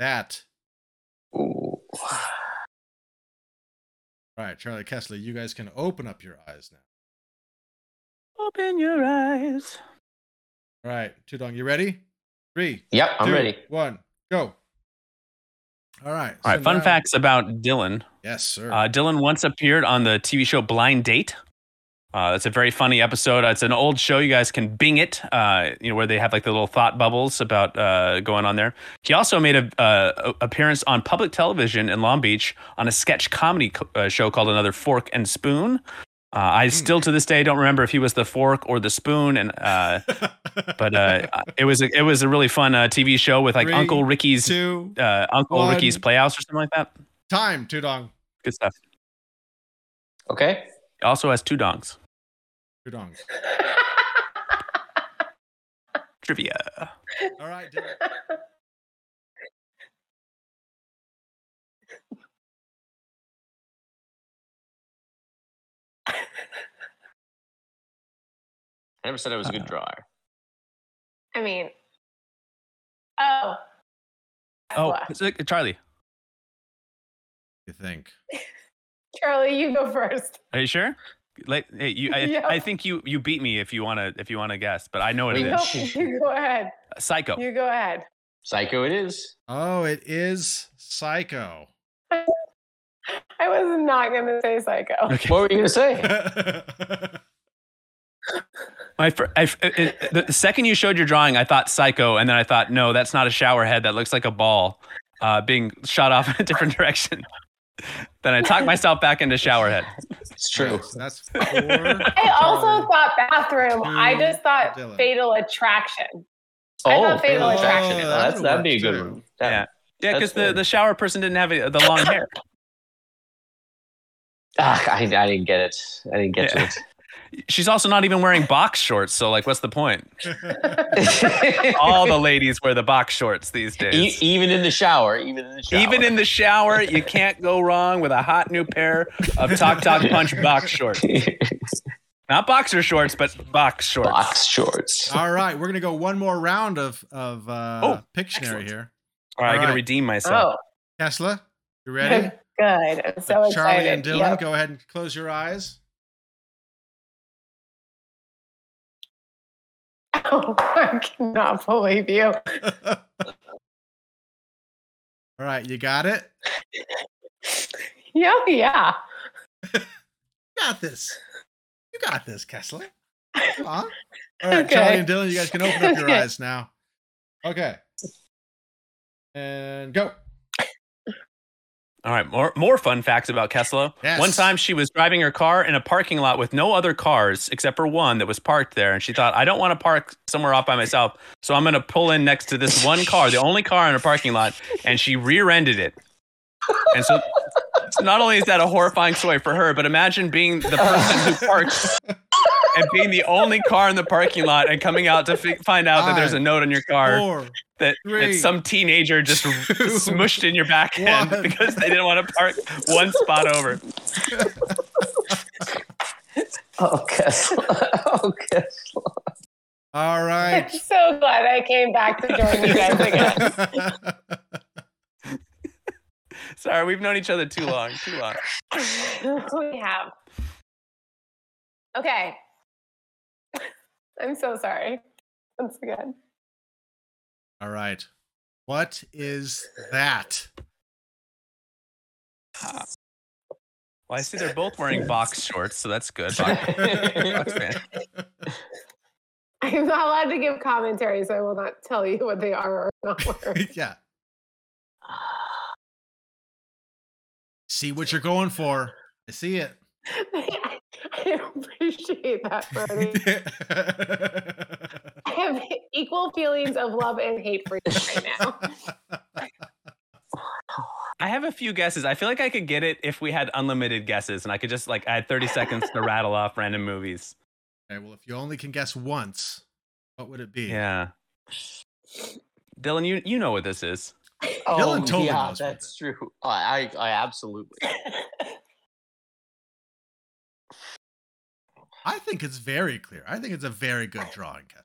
S1: That.
S2: Ooh.
S1: All right, Charlie Kessler, you guys can open up your eyes now.
S3: Open your eyes.
S1: All right, Tudong, you ready? Three.
S2: Yep, I'm
S1: two,
S2: ready.
S1: One, go. All right.
S3: All right.
S1: so
S3: fun
S1: now-
S3: facts about Dylan.
S1: Yes, sir.
S3: Uh, Dylan once appeared on the TV show Blind Date, Uh, it's a very funny episode. Uh, It's an old show. You guys can Bing it. Uh, you know where they have like the little thought bubbles about uh, going on there. He also made a, uh, a- appearance on public television in Long Beach on a sketch comedy co- uh, show called Another Fork and Spoon. Uh,
S1: Hmm.
S3: I still to this day don't remember if he was the fork or the spoon, and uh, but uh, it was a, it was a really fun uh, TV show with like
S1: Three,
S3: Uncle Ricky's
S1: Two
S3: uh, Uncle
S1: one.
S3: Ricky's Playhouse or something like that.
S1: time, two dong,
S3: Good stuff.
S2: Okay.
S3: It also has two dongs.
S1: two dong.
S3: Trivia.
S1: All right, did it.
S2: I never said I was a good drawer.
S4: I mean, oh.
S3: Oh,
S4: What?
S3: it's like- Charlie,
S1: you think?
S4: Charlie, you go first.
S3: are you sure? Like, hey, you, I,
S4: Yeah.
S3: I think you you beat me if you wanna if you wanna guess, but I know what it Oh.
S2: We
S3: is.
S4: No, you go ahead.
S3: Psycho.
S4: You go ahead.
S2: Psycho it is.
S1: Oh, it is Psycho.
S4: I was not going to say psycho.
S3: Okay.
S2: What were you gonna say?
S3: My fir- I, f- it- it- the second you showed your drawing, I thought psycho, and then I thought, no, that's not a shower head. That looks like a ball uh, being shot off in a different direction. then I talked myself back into shower head.
S2: It's true.
S1: Nice, That's four.
S4: I also
S1: Charlie.
S4: thought bathroom. I
S1: Two,
S4: just thought
S1: Dylan.
S4: fatal attraction. I
S2: Oh,
S4: thought Fatal
S2: Fatal
S1: Attraction.
S2: Attraction.
S1: Oh, that
S2: That's,
S1: would've
S2: that'd be a
S1: worked,
S2: good
S1: too.
S2: one. That-
S3: Yeah. Yeah,
S2: That's
S3: because the,
S2: good.
S3: the shower person didn't have it- the long hair.
S2: Ah, I, I didn't get it. I didn't get
S3: Yeah.
S2: to
S3: She's also not even wearing box shorts, so like, what's the point?
S2: it.
S3: All the ladies wear the box shorts these
S2: E-
S3: days.
S2: even in the shower. Even in the shower.
S3: Even in the shower, you can't go wrong with a hot new pair of Talk Talk Punch box shorts. Not boxer shorts, but box shorts.
S2: box Uh, shorts.
S1: All right, we're gonna go one more round of of uh,
S3: Oh,
S1: Pictionary
S3: excellent.
S1: here.
S3: All right, I
S1: Alright.
S3: gotta redeem myself.
S4: Oh,
S1: Tesla, you ready?
S4: good. I'm so excited.
S1: Charlie and Dylan,
S4: Yep.
S1: go ahead and close your eyes.
S4: Oh, I cannot believe you.
S1: All right, you got it.
S4: Yeah, yeah.
S1: You got this. You got this, Kessler. Come on. All right, Charlie
S4: Okay.
S1: and Dylan, you guys can open up your
S4: Okay.
S1: eyes now. Okay. And go.
S3: All right, more more fun facts about Kesla.
S1: Yes.
S3: One time she was driving her car in a parking lot with no other cars except for one that was parked there, and she thought, "I don't want to park somewhere off by myself, so I'm going to pull in next to this one car, the only car in a parking lot," and she rear-ended it. And so, so not only is that a horrifying story for her, but imagine being the person who parks and being the only car in the parking lot and coming out to fi- find out that there's a
S1: Five,
S3: note on your car
S1: Four.
S3: that,
S1: three,
S3: that some teenager just smushed in your back end
S1: one.
S3: because they didn't want to park one spot over.
S2: Oh, Kessler. Oh, Kessler.
S1: All
S4: I'm
S1: right.
S4: so glad I came back to join you guys again.
S3: Sorry, we've known each other too long, too long.
S4: we have. Okay. I'm so sorry. Once again.
S1: All right. What is that?
S3: Well, I see they're both wearing box shorts, so that's good. Box- box pants.
S4: I'm not allowed to give commentary, so I will not tell you what they are or not wearing.
S1: yeah. See what you're going for. I see it.
S4: I don't appreciate that, Brody. I have equal feelings of love and hate for you right now.
S3: I have a few guesses. I feel like I could get it if we had unlimited guesses, and I could just like I had 30 seconds to rattle off random movies.
S1: Okay, well, if you only can guess once, what would it be?
S3: Yeah. Dylan, you you know what this is.
S1: Dylan totally
S2: Oh, yeah,
S1: knows what
S2: that's true. I, I, I absolutely.
S1: I think it's very clear. I think it's a very good drawing. Kat.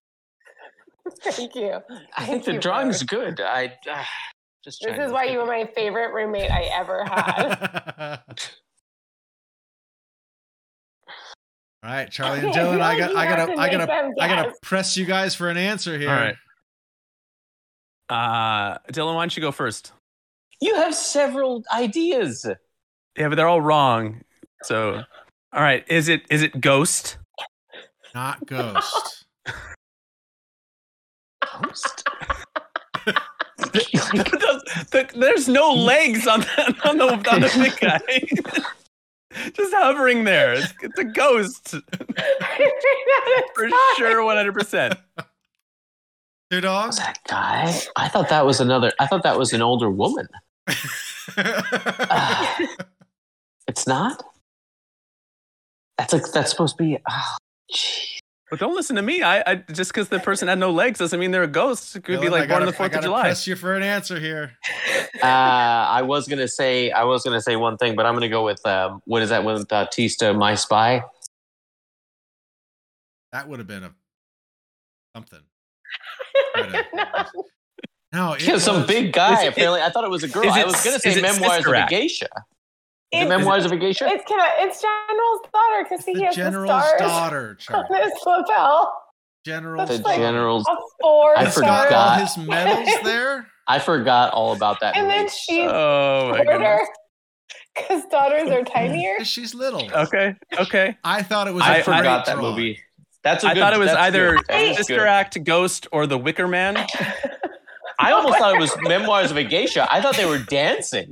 S4: Thank you.
S2: I
S4: Thank
S2: think the
S4: you,
S2: drawing's
S4: Brody.
S2: good. I uh, just.
S4: This
S2: trying
S4: is
S2: to
S4: why
S2: think.
S4: you were my favorite roommate I ever had.
S1: All right, Charlie and
S4: Okay,
S1: Dylan,
S4: feel
S1: I
S4: like
S1: got,
S4: you
S1: I
S4: have
S1: gotta,
S4: to
S1: I
S4: make
S1: gotta,
S4: them
S1: I gotta
S4: guess.
S1: press you guys for an answer here.
S3: All right. Uh, Dylan, why don't you go first?
S2: You have several ideas.
S3: Yeah, but they're all wrong. So All right. Is it is it Ghost?
S1: Not Ghost.
S2: Ghost?
S3: The- the- there's no legs on the on the, on the big guy. Just hovering there. It's, it's a ghost for sure, one hundred percent.
S1: Two
S2: Was
S1: dogs.
S2: that a guy? I thought that was another. I thought that was an older woman. Ah, it's not. That's a, that's supposed to be. Oh, jeez.
S3: But don't listen to me. I, I just because the person had no legs doesn't mean they're a ghost. It could be
S1: Dylan, I
S3: like born
S1: gotta-
S3: on the
S1: I
S3: Fourth of
S1: gotta
S3: July.
S1: Press you for an answer here.
S2: uh, I was gonna say I was gonna say one thing, but I'm gonna go with um, what is that with uh, Tista, my spy?
S1: That would have been a something.
S4: no.
S1: No, it
S2: Yeah, some
S1: was-
S2: big guy.
S3: is it-
S2: apparently, I thought it was a girl.
S3: is
S2: I
S3: it-
S2: was gonna
S3: is
S2: say
S3: it
S2: memoirs of a
S3: Siserac?
S2: geisha. The
S4: It's-
S2: memoirs of a geisha.
S4: It's kind of it's General's daughter because he
S1: The
S4: has
S1: general's
S4: the stars
S1: daughter,
S4: on
S1: Charlie.
S4: his lapel.
S1: General's
S2: The
S4: It's like-
S1: daughter.
S2: general's.
S4: A four
S2: I
S1: It's got
S4: star,
S1: all
S2: forgot.
S1: his medals there.
S2: I forgot all about that.
S4: and then
S2: image.
S4: she's
S3: Oh my goodness.
S4: shorter because daughters are tinier.
S1: She's little.
S3: Okay. Okay.
S1: I thought it was.
S3: I
S1: I
S2: I forgot that
S1: drawing.
S2: movie. That's. a
S3: I
S2: good-
S3: thought it was
S2: that's
S3: either
S2: good. That was
S3: Sister
S2: good.
S3: Act, Ghost, or The Wicker Man.
S2: I almost thought it was Memoirs of a Geisha. I thought they were dancing.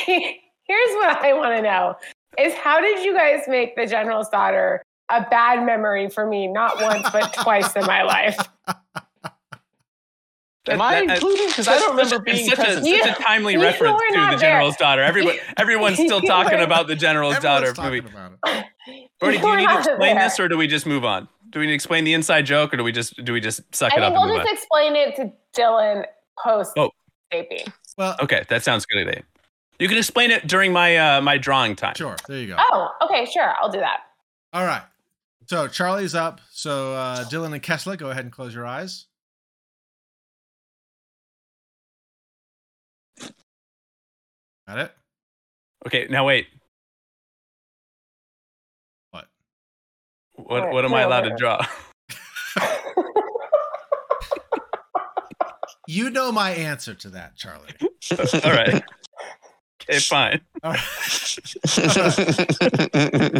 S4: Here's what I want to know: is how did you guys make the General's daughter a bad memory for me? Not once, but twice in my life.
S2: Am
S3: That-
S2: I
S3: that-
S2: included? Because I don't
S3: Such-
S2: remember being
S3: such a,
S2: present.
S3: such
S4: You-
S3: a timely
S4: you
S3: reference
S4: were
S3: to
S4: not
S3: the
S4: there.
S3: general's daughter. Everyone, everyone's still
S4: You
S3: talking
S4: were-
S3: about the general's daughter
S1: Everyone's
S3: movie.
S1: talking about it.
S3: Brody, do you
S4: We're
S3: need to
S4: not
S3: explain
S4: there.
S3: this, or do we just move on? Do we need to explain the inside joke, or do we just do we just suck
S4: I
S3: it up
S4: think
S3: and
S4: we'll
S3: move
S4: just explain it to Dylan post
S3: Oh.
S4: taping.
S1: Well,
S3: on? Okay, that sounds good. Elaine. You can explain it during my uh, my drawing time.
S1: sure. There you go.
S4: Oh, okay, sure, I'll do that.
S1: All right. So Charlie's up. So uh, Dylan and Kessler, go ahead and close your eyes. Got it.
S3: Okay, now wait.
S1: What?
S3: What
S4: What?
S3: what am I
S4: No,
S3: allowed to
S4: whatever.
S3: draw?
S1: You know my answer to that, Charlie.
S3: All right. Okay, fine.
S1: All right.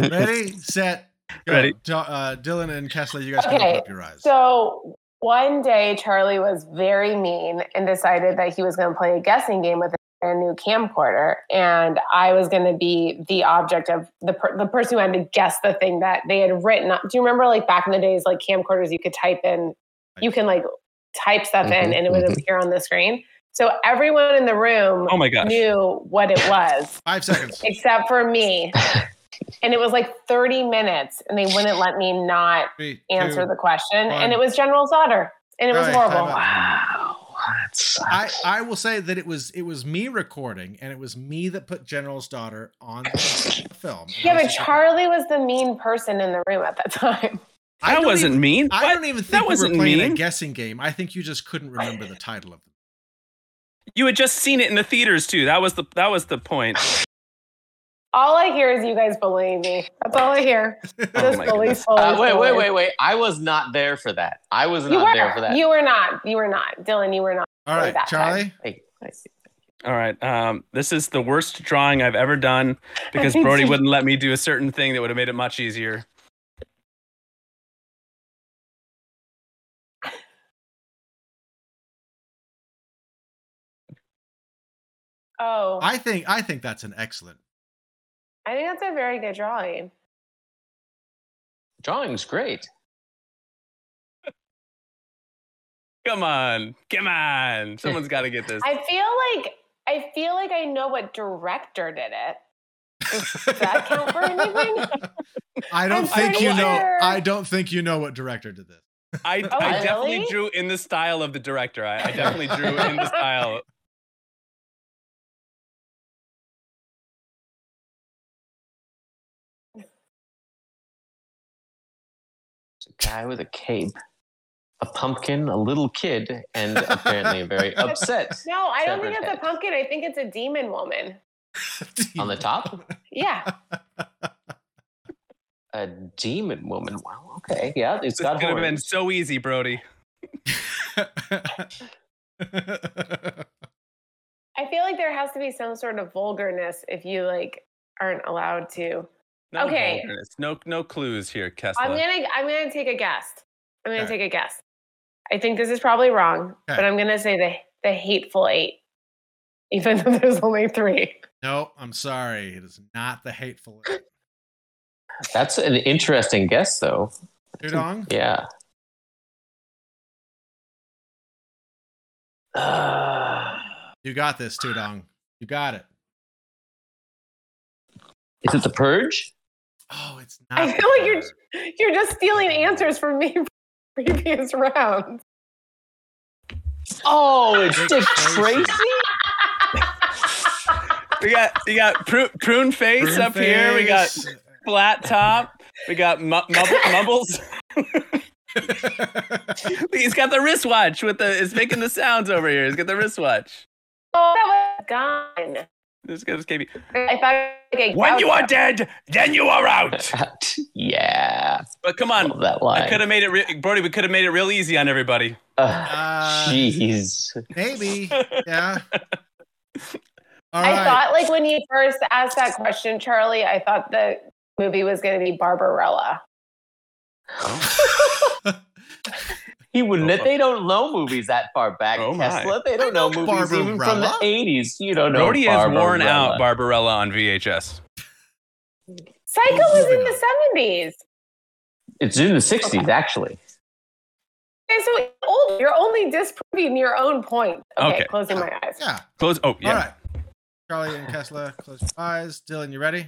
S1: Ready, set, go.
S3: Ready.
S1: Jo- uh, Dylan and Kessler, you guys can
S4: Okay,
S1: open up your eyes.
S4: So one day, Charlie was very mean and decided that he was going to play a guessing game with a brand new camcorder, and I was going to be the object of the per- the person who had to guess the thing that they had written. Do you remember, like back in the days, like camcorders, you could type in, you can like type stuff in,
S3: Mm-hmm,
S2: Mhm,
S4: and it would
S2: mhm.
S4: appear on the screen. So everyone in the room
S3: Oh my gosh.
S4: knew what it was
S1: Five seconds.
S4: except for me. And it was like 30 minutes, and they wouldn't let me not
S1: Three,
S4: answer
S1: two.
S4: the question,
S1: one.
S4: and it was General's daughter, and it was
S1: All right, time
S4: horrible.
S1: out.
S2: Wow. That
S1: I,
S2: sucks.
S1: I will say that it was it was me recording and it was me that put General's daughter on the film. And I
S4: Yeah,
S1: was
S4: but
S1: just like,
S4: Charlie was the mean person in the room at that time.
S1: I
S3: That
S1: don't
S3: wasn't
S1: even-
S3: mean.
S1: I
S3: What?
S1: don't even think
S3: That
S1: you
S3: wasn't
S1: were playing
S3: mean.
S1: a guessing game. I think you just couldn't remember the title of it.
S3: You had just seen it in the theaters too. That was the that was the point.
S4: All I hear is you guys bullying me. That's all I hear.
S3: Oh
S4: Just
S3: my
S4: bullies,
S3: goodness.
S4: bullies,
S2: Uh, wait, wait,
S4: bullies.
S2: wait, wait. I was not there for that. I was
S4: You
S2: not there for
S4: were,
S2: that.
S4: you were not. You were not. Dylan, you were not.
S1: All right,
S4: that time.
S1: Charlie.
S2: Hey, I see.
S3: All right. Um, this is the worst drawing I've ever done because
S4: Me
S3: Brody
S4: too.
S3: wouldn't let me do a certain thing that would have made it much easier.
S4: Oh, I,
S1: I think I think that's an excellent.
S4: think that's a very good drawing.
S2: Drawing's great.
S3: Come on, come on! Someone's got to get this.
S4: I feel like I feel like I know what director did it. Does that count for anything?
S1: I don't
S4: I'm
S1: think
S4: pretty
S1: you know.
S4: sure.
S1: I don't think you know what director did this.
S3: I,
S4: Oh,
S3: I definitely
S4: really?
S3: drew in the style of the director. I, I definitely drew in the style.
S2: It's a guy with a cape, a pumpkin, a little kid, and apparently very upset
S4: No, I don't think
S2: Severed
S4: it's a
S2: head.
S4: pumpkin. I think it's a demon woman.
S2: on the top.
S4: Yeah.
S2: A demon woman. Wow. Okay. Yeah. It's
S3: This could
S2: got
S3: have been
S2: horns.
S3: so easy, Brody.
S4: I feel like there has to be some sort of vulgarness if you like aren't allowed to
S3: No
S4: Okay.
S3: vulgarness. No no clues here, Kessler.
S4: I'm gonna I'm gonna take a guess. I'm gonna
S1: Okay.
S4: take a guess. I think this is probably wrong, but
S1: Okay.
S4: I'm gonna say the the hateful eight, even though there's only three.
S1: No, I'm sorry. It is not the hateful. Eight.
S2: That's an interesting guess, though.
S1: Dudong?
S2: Yeah. Uh,
S1: You got this, Tudong. You got it.
S2: is it the purge?
S1: Oh, it's not.
S4: I
S1: the
S4: feel like you're-
S1: third.
S4: You're just stealing answers from me from previous rounds.
S2: Oh, it's
S1: Dick
S2: Dick
S1: Tracy.
S2: Tracy.
S3: We got you got pru- prune face
S1: Prune
S3: up here. We got
S1: face.
S3: flat top. We got mu- mubble- mumbles. He's got the wristwatch with the. It's making the sounds over here. He's got the wristwatch.
S4: Oh, that was gone.
S3: This goes KB.
S4: I thought like a
S3: When
S4: gouge-
S3: you are dead, then you are out.
S2: yeah,
S3: But come on,
S2: love that
S3: I could
S2: line.
S3: have made it, re- Brody. We could have made it real easy on everybody.
S2: Uh,
S1: Uh,
S2: Jeez.
S1: maybe. Yeah. All
S4: I
S1: right.
S4: thought like when you first asked that question, Charlie, I thought the movie was gonna be Barbarella.
S2: He wouldn't. They don't know movies that far back,
S3: uh, Oh my.
S2: Kessler. They don't
S1: I
S2: know
S1: know
S2: movies even from the
S1: Barbarella.
S2: eighties. You don't know.
S3: Brody has worn out
S2: Barbarella.
S3: Barbarella on VHS.
S4: Psycho was in the
S1: Moving on.
S4: seventies.
S2: It's in the sixties, actually.
S4: Okay, so old, you're only disproving your own point. Okay,
S3: Okay.
S4: closing my eyes.
S1: Yeah.
S3: Close. Oh yeah.
S1: All right. Charlie and Kessler, close your eyes. Dylan, you ready?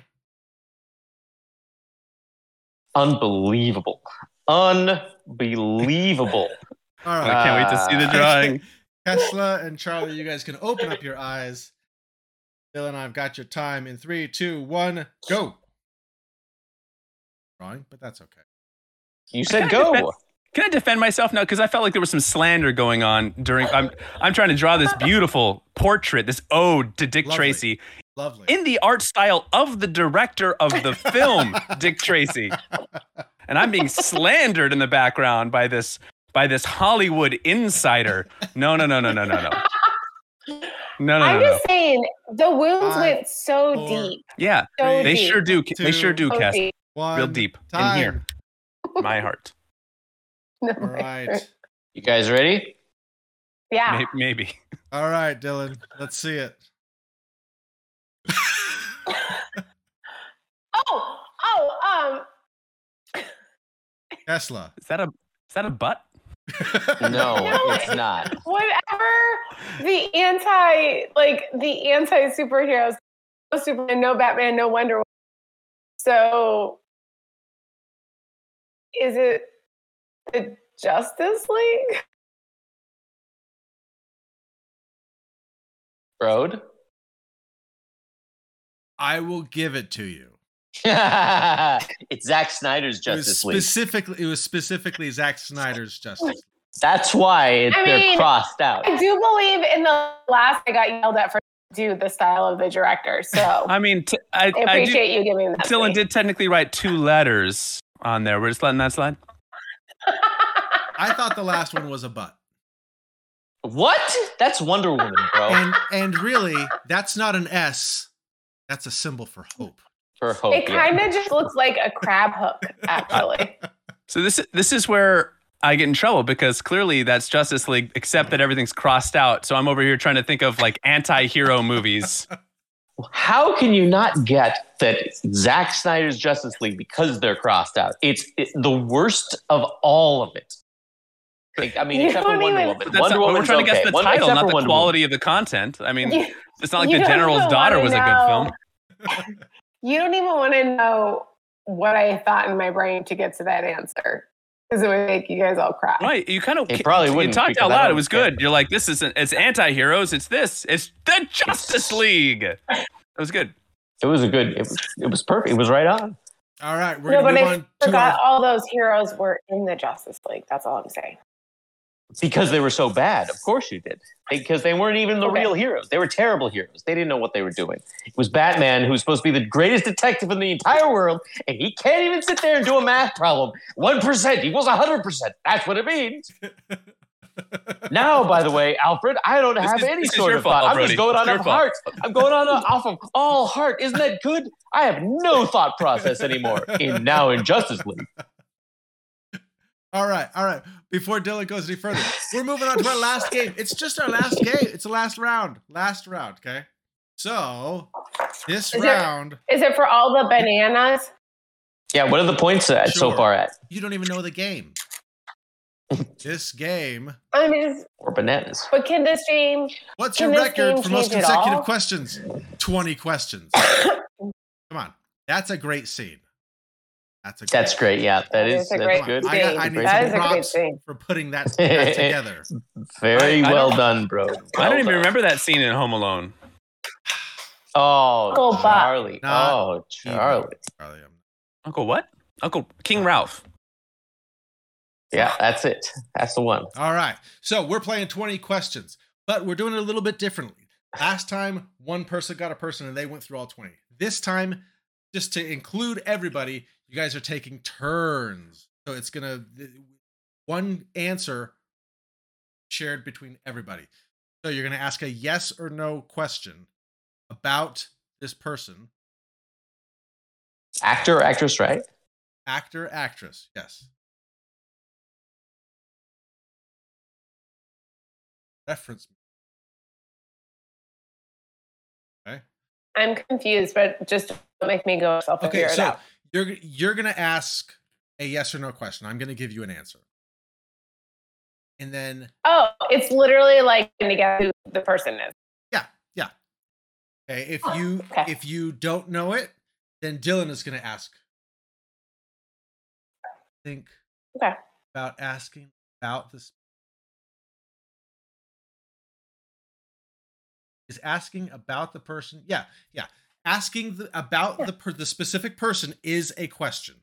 S2: Unbelievable. Unbelievable.
S1: All
S3: I
S1: right.
S3: can't wait to see the
S1: Ah.
S2: Uh,
S3: drawing.
S1: Tesla and Charlie, you guys can open up your eyes. Dylan, I've got your time in three, two, one, go. Wrong, but that's okay.
S2: You said
S3: kinda
S2: go.
S3: defend- Can I defend myself now? Because I felt like there was some slander going on during. I'm I'm trying to draw this beautiful portrait, this ode to Dick
S1: Lovely.
S3: Tracy
S1: Lovely.
S3: in the art style of the director of the film, Dick Tracy, and I'm being slandered in the background by this by this Hollywood insider. No, no, no, no, no, no, no, no, no, no.
S4: I'm
S3: no.
S4: just saying the wounds
S1: Five,
S4: went so
S1: four,
S4: deep.
S3: Yeah,
S4: So
S3: they
S4: deep.
S3: sure do.
S1: two,
S3: they sure do
S4: so
S3: cast
S4: deep.
S1: One
S3: real deep
S1: time.
S3: in here, my heart.
S4: No
S1: All
S4: way.
S1: right.
S2: You guys ready?
S4: Yeah.
S3: May- Maybe.
S1: All right, Dylan. Let's see it.
S4: Oh, oh, um,
S1: Tesla.
S3: Is that a is that a butt?
S2: No,
S4: No.
S2: it's not.
S4: whatever the anti, like the anti superheroes, no Superman, no Batman, no Wonder Woman. So is it the Justice League?
S2: Road.
S1: I will give it to you.
S2: it's Zack Snyder's Justice
S1: it was
S2: League.
S1: specifically it was specifically Zack Snyder's Justice League.
S2: That's why it,
S4: I
S2: they're
S4: mean-
S2: crossed out.
S4: I do believe in the last I got yelled at for do the style of the director. So
S3: I mean, t-
S4: I
S3: I, I do.
S4: appreciate you giving that. to
S3: Dylan
S4: me.
S3: did technically write two letters on there. We're just letting that slide.
S1: I thought the last one was a butt.
S2: What? That's Wonder Woman, bro.
S1: And and really, that's not an S. That's a symbol for hope.
S2: For hope.
S4: it
S2: Oh, yeah.
S4: kind of just looks like a crab hook, actually.
S3: So this this is where I get in trouble because clearly that's Justice League, except that everything's crossed out. So I'm over here trying to think of like anti-hero movies.
S2: How can you not get that Zack Snyder's Justice League because they're crossed out? It's it, the worst of all of it. Like, I mean,
S4: You
S2: except for
S4: don't
S2: Wonder
S4: even-
S2: Woman.
S3: That's
S2: Wonder
S3: not, we're
S2: Woman's
S3: trying to
S2: okay.
S3: guess the
S2: Wonder-
S3: title,
S2: except
S3: not
S2: for
S3: the
S2: Wonder Woman.
S3: quality of the content. I mean,
S4: You-
S3: it's not like
S4: you
S3: The
S4: don't
S3: General's
S4: even
S3: Daughter
S4: wanna
S3: was a
S4: know.
S3: good film.
S4: You don't even want to know what I thought in my brain to get to that answer because it would make you guys all cry.
S3: Right? You kind of
S2: It probably
S3: you
S2: wouldn't
S3: talked
S2: because
S3: out
S2: I
S3: loud. It
S2: don't
S3: was
S2: care.
S3: good. You're like, this isn't. It's anti-heroes. It's this. It's the Justice League. It was good.
S2: It was a good. It was, it was perfect. It was right on.
S1: All right, we're
S4: No,
S1: gonna
S4: but
S1: move
S4: I
S1: on to
S4: forgot
S1: our
S4: all those heroes were in the Justice League. That's all I'm saying.
S2: Because they were so bad. Of course you did. Because they weren't even the
S4: Okay.
S2: real heroes. They were terrible heroes. They didn't know what they were doing. It was Batman, who's supposed to be the greatest detective in the entire world, and he can't even sit there and do a math problem. 1%, equals 100%. That's what it means. Now, by the way, Alfred, I don't have
S3: is-
S2: any
S3: this is
S2: sort
S3: your
S2: of
S3: fault,
S2: thought. I'm
S3: Brody.
S2: just going on
S3: Your
S2: off
S3: fault.
S2: heart. I'm going on off of all heart. Isn't that good? I have no thought process anymore. In now in Justice League.
S1: All right, all right. Before Dylan goes any further, we're moving on to our last game. It's just our last game. It's the last round. Last round, okay? So this
S4: Is there-
S1: round,
S4: Is it for all the bananas?
S2: Yeah, what are the points at so
S1: Sure.
S2: far at?
S1: you don't even know the game. this game.
S4: I mean, just,
S2: Or bananas.
S4: but can this game?
S1: What's
S4: Can
S1: your
S4: this
S1: record
S4: game
S1: for most
S4: change at
S1: consecutive
S4: all?
S1: questions? 20 questions. Come on. That's a great scene. That's a great
S2: That's great. Yeah, that is
S4: That's a
S1: Come
S2: that's
S4: great
S1: on.
S2: good.
S1: I, got, I
S4: Great
S1: need
S4: scene. That
S1: some
S4: is a great
S1: props
S4: scene.
S1: for putting that, that together.
S2: Very
S3: I- I
S2: well
S3: don't-
S2: done, bro.
S3: I
S2: Well
S3: don't even
S2: done.
S3: remember that scene in Home Alone.
S2: Oh,
S4: Go back.
S2: Charlie.
S1: Not
S2: Oh, Charlie.
S1: Charlie, I'm-
S3: Uncle what? Uncle King Ralph.
S2: Yeah, that's it. That's the one.
S1: All right. So we're playing 20 questions, but we're doing it a little bit differently. Last time, one person got a person and they went through all 20. This time, just to include everybody, you guys are taking turns. So it's going to one answer shared between everybody. So you're going to ask a yes or no question about this person,
S2: Actor, or actress, right?
S1: actor, actress. Yes. Reference
S4: I'm confused, but just don't make me go. I'll figure
S1: Okay,
S4: it
S1: so
S4: out.
S1: you're you're gonna ask a yes or no question. I'm gonna give you an answer, and then
S4: Oh, it's literally like trying to guess who the person is.
S1: okay, if you
S4: Oh, okay.
S1: if you don't know it, then Dylan is gonna ask. Think
S4: Okay.
S1: about asking about this. Is asking about the person? Yeah, yeah. Asking the, about
S4: Yeah.
S1: the per, the specific person is a question.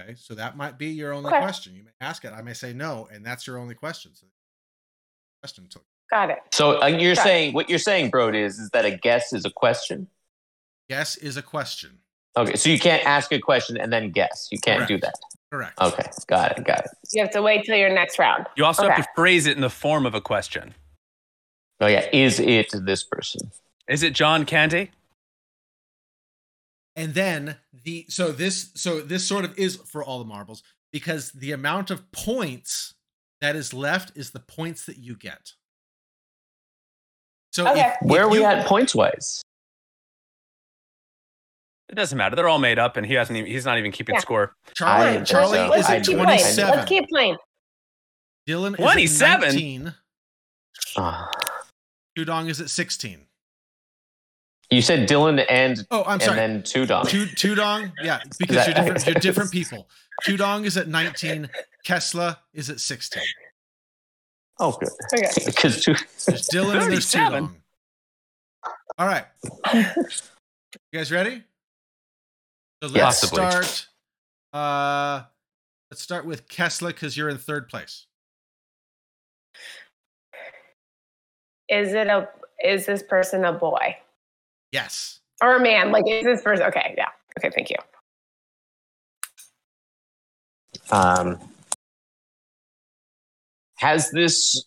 S1: Okay, so that might be your only
S4: Okay.
S1: question. You may ask it. I may say no, and that's your only question. So question until
S4: Got it.
S2: So uh, you're
S4: Yeah.
S2: saying what you're saying, Brode, is is that a guess is a question?
S1: yes is a question.
S2: Okay, so you can't ask a question and then guess. You can't do that.
S1: Correct.
S2: Okay, got it, got it.
S4: You have to wait till your next round.
S3: You also
S4: Okay.
S3: have to phrase it in the form of a question.
S2: Oh yeah, is it this person?
S3: Is it John Candy?
S1: and then the so this so this sort of is for all the marbles because the amount of points that is left is the points that you get so
S4: Okay.
S2: Where are we
S1: you-
S2: at points wise?
S3: It doesn't matter. They're all made up, and he hasn't. Even, he's not even keeping
S4: Yeah.
S3: score.
S2: I
S1: charlie
S2: think
S1: charlie
S2: so.
S1: is
S4: Let's,
S1: at
S4: let's keep playing.
S1: 27
S4: Let's keep playing.
S1: dylan
S3: 27?
S1: is at 19
S2: Ah.
S1: Dudong is at 16
S2: you said Dylan and
S1: oh i'm
S2: and
S1: sorry
S2: then Tudong.
S1: Two Tudong, yeah, because
S2: that-
S1: you're different. You're different people. Tudong is at 19. Kesla is at 16.
S2: Oh good.
S4: Okay.
S2: Because two
S1: There's Dylan and there's
S3: 37.
S1: Tudong. All right, You guys ready? So let's
S3: Yes. Possibly.
S1: start. Uh, let's start with Kesla because you're in third place.
S4: Is it a? Is this person a boy
S1: Yes.
S4: or a man? Like, is this person? Okay, yeah. Okay, thank you.
S2: um has this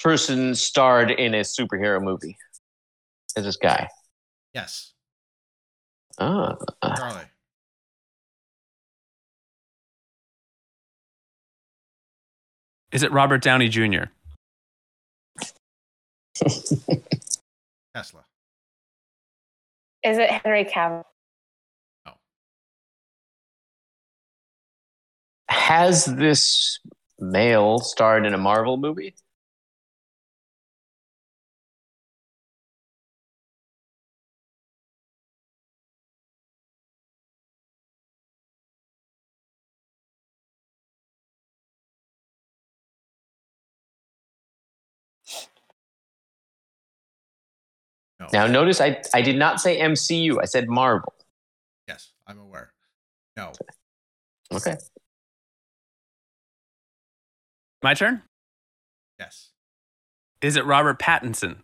S2: person starred in a superhero movie? Is this guy?
S1: Yes.
S2: Ah.
S1: Charlie.
S3: Is it Robert Downey Jr.?
S1: Kesla.
S4: Is it Henry Cavill?
S2: has this male starred in a Marvel movie?
S1: No.
S2: Now, notice I, I did not say MCU. I said Marvel.
S1: Yes, I'm aware. No.
S2: Okay.
S3: My turn.
S1: Yes.
S3: Is it Robert Pattinson?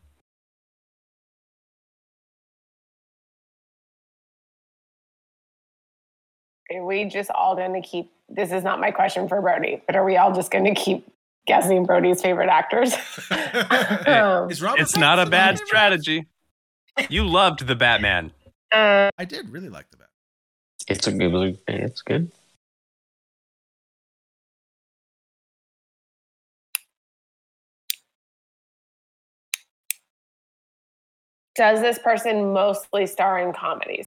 S4: Are we just all going to keep? This is not my question for Brody, but are we all just going to keep guessing Brody's favorite actors. Um,
S1: Is Robert
S3: It's not a
S1: Pattinson
S3: bad
S1: on there?
S3: strategy. You loved the Batman.
S4: uh,
S1: I did really like the Batman.
S2: It's a good. It's good.
S4: does this person mostly star in comedies?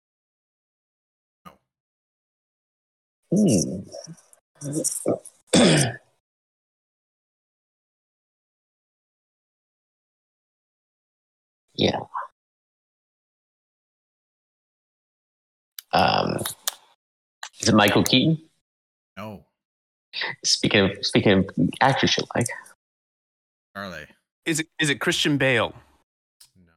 S2: Hmm. yeah. Um, is it Michael Keaton?
S1: No,
S2: Speaking of speaking of actors you like,
S1: Charlie.
S3: Is it is it Christian Bale?
S1: No.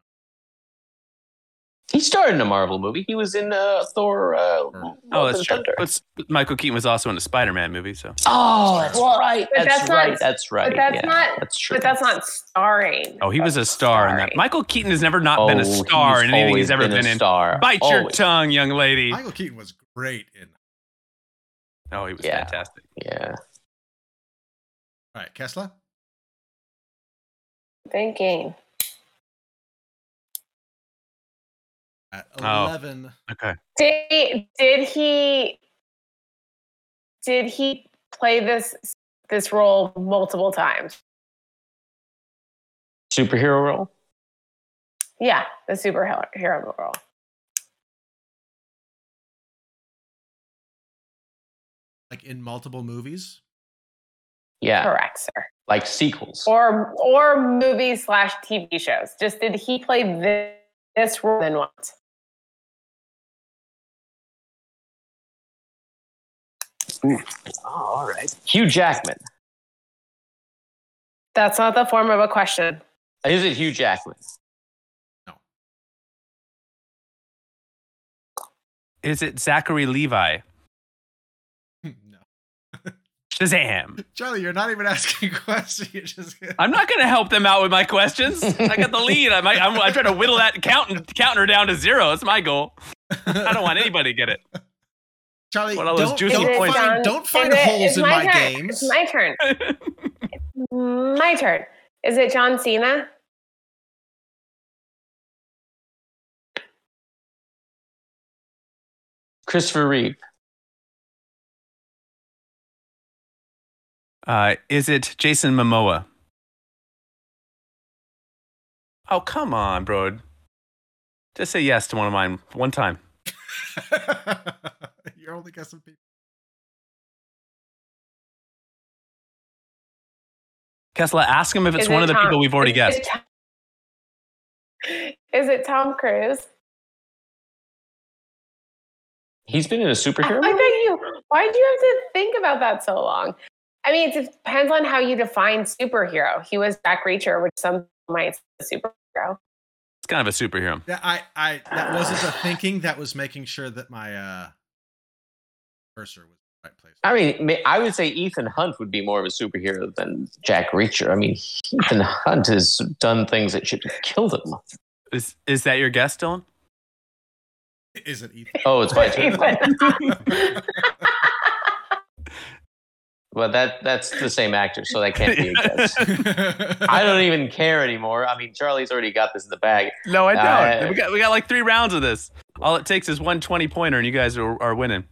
S2: he starred in a Marvel movie. He was in uh, Thor. Uh, Love
S3: Oh,
S2: and
S3: that's true.
S2: Thunder.
S3: But Michael Keaton was also in a Spider-Man movie, so
S2: Oh, that's
S4: Well,
S2: right.
S4: but
S2: That's,
S4: that's not-
S2: right. that's right.
S4: but that's
S2: yeah,
S4: not-
S2: That's true.
S4: But that's not starring.
S3: oh, he was a star in that.
S4: Sorry.
S3: Michael Keaton has never not been a
S2: Oh,
S3: star in anything
S2: always
S3: he's ever
S2: a
S3: been, in.
S2: Star.
S3: Bite your
S2: Always.
S3: tongue, young lady.
S1: Michael Keaton was great in.
S3: Oh, he was
S2: Yeah.
S3: fantastic.
S2: Yeah.
S1: All right, Kessler.
S4: Thinking.
S1: At
S3: Oh.
S1: 11.
S3: Okay.
S4: Did, did he did he play this this role multiple times?
S2: Superhero role.
S4: Yeah, the superhero hero role.
S1: Like in multiple movies.
S2: Yeah.
S4: Correct, sir.
S2: Like sequels. Oh,
S4: Or or movies slash TV shows. Just did he play this, this role than once?
S2: oh, all right. Hugh Jackman.
S4: That's not the form of a question.
S2: Is it Hugh Jackman?
S3: Is it Zachary Levi?
S1: no.
S3: Shazam.
S1: Charlie, you're not even asking questions. You're just.
S3: I'm not going to help them out with my questions. I got the lead. I might, I'm, I'm trying to whittle that count, counter down to zero. That's my goal. I don't want anybody to get it.
S1: Charlie,
S3: What all
S1: don't,
S3: those juicy
S1: don't
S3: points.
S1: find,
S4: John-
S1: don't
S4: is
S1: find
S4: it-
S1: holes
S4: it's
S1: in my,
S4: turn.
S1: games.
S4: It's my turn. My turn. Is it John Cena?
S2: Christopher Reeve.
S3: Uh, is it Jason Momoa? Oh, come on, bro. Just say yes to one of mine one time.
S1: you're only guessing people.
S3: Kessler, ask him if it's
S4: Is
S3: one
S4: it
S3: of the
S4: Tom-
S3: people we've already
S4: is it
S3: guessed.
S4: Tom- Is it Tom Cruise?
S2: He's been in a
S4: I
S2: superhero
S4: like
S2: movie.
S4: that you. Why do you have to think about that so long? I mean, it depends on how you define superhero. He was Jack Reacher, which some might say superhero.
S3: It's kind of a superhero.
S1: That I, I that wasn't the thinking. That was making sure that my uh cursor was in the right place.
S2: I mean, ma- I would say Ethan Hunt would be more of a superhero than Jack Reacher. I mean, Ethan Hunt has done things that should have killed him.
S3: Is is that your guess, Dylan?
S1: Is it Ethan?
S2: Oh, it's my turn.
S4: Ethan.
S2: Well, that that's the same actor, so that can't be a guess. I don't even care anymore. I mean, Charlie's already got this in the bag.
S3: No, I don't.
S2: Uh,
S3: we, got, we got like three rounds of this. All it takes is one 20 pointer, and you guys are, are winning.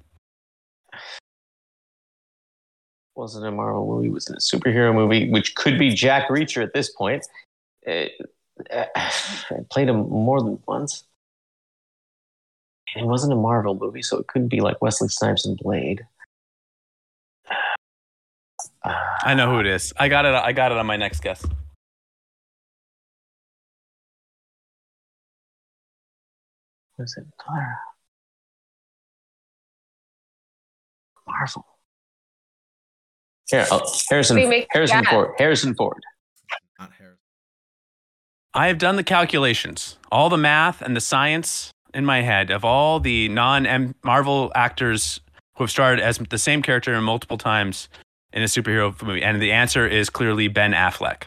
S2: Wasn't a Marvel movie. Was in a superhero movie, which could be Jack Reacher at this point. Uh, uh, I played him more than once. And it wasn't a Marvel movie, so it couldn't be like Wesley Snipes and Blade. Uh,
S3: I know who it is. I got it. I got it on my next guess.
S2: was it another Marvel? Here, oh,
S4: They
S2: Harrison,
S4: make
S2: Harrison
S4: that.
S2: Ford. Harrison Ford.
S1: Not Harris.
S3: I have done the calculations, all the math and the science in my head of all the non Marvel actors who have starred as the same character multiple times in a superhero movie. And the answer is clearly Ben Affleck.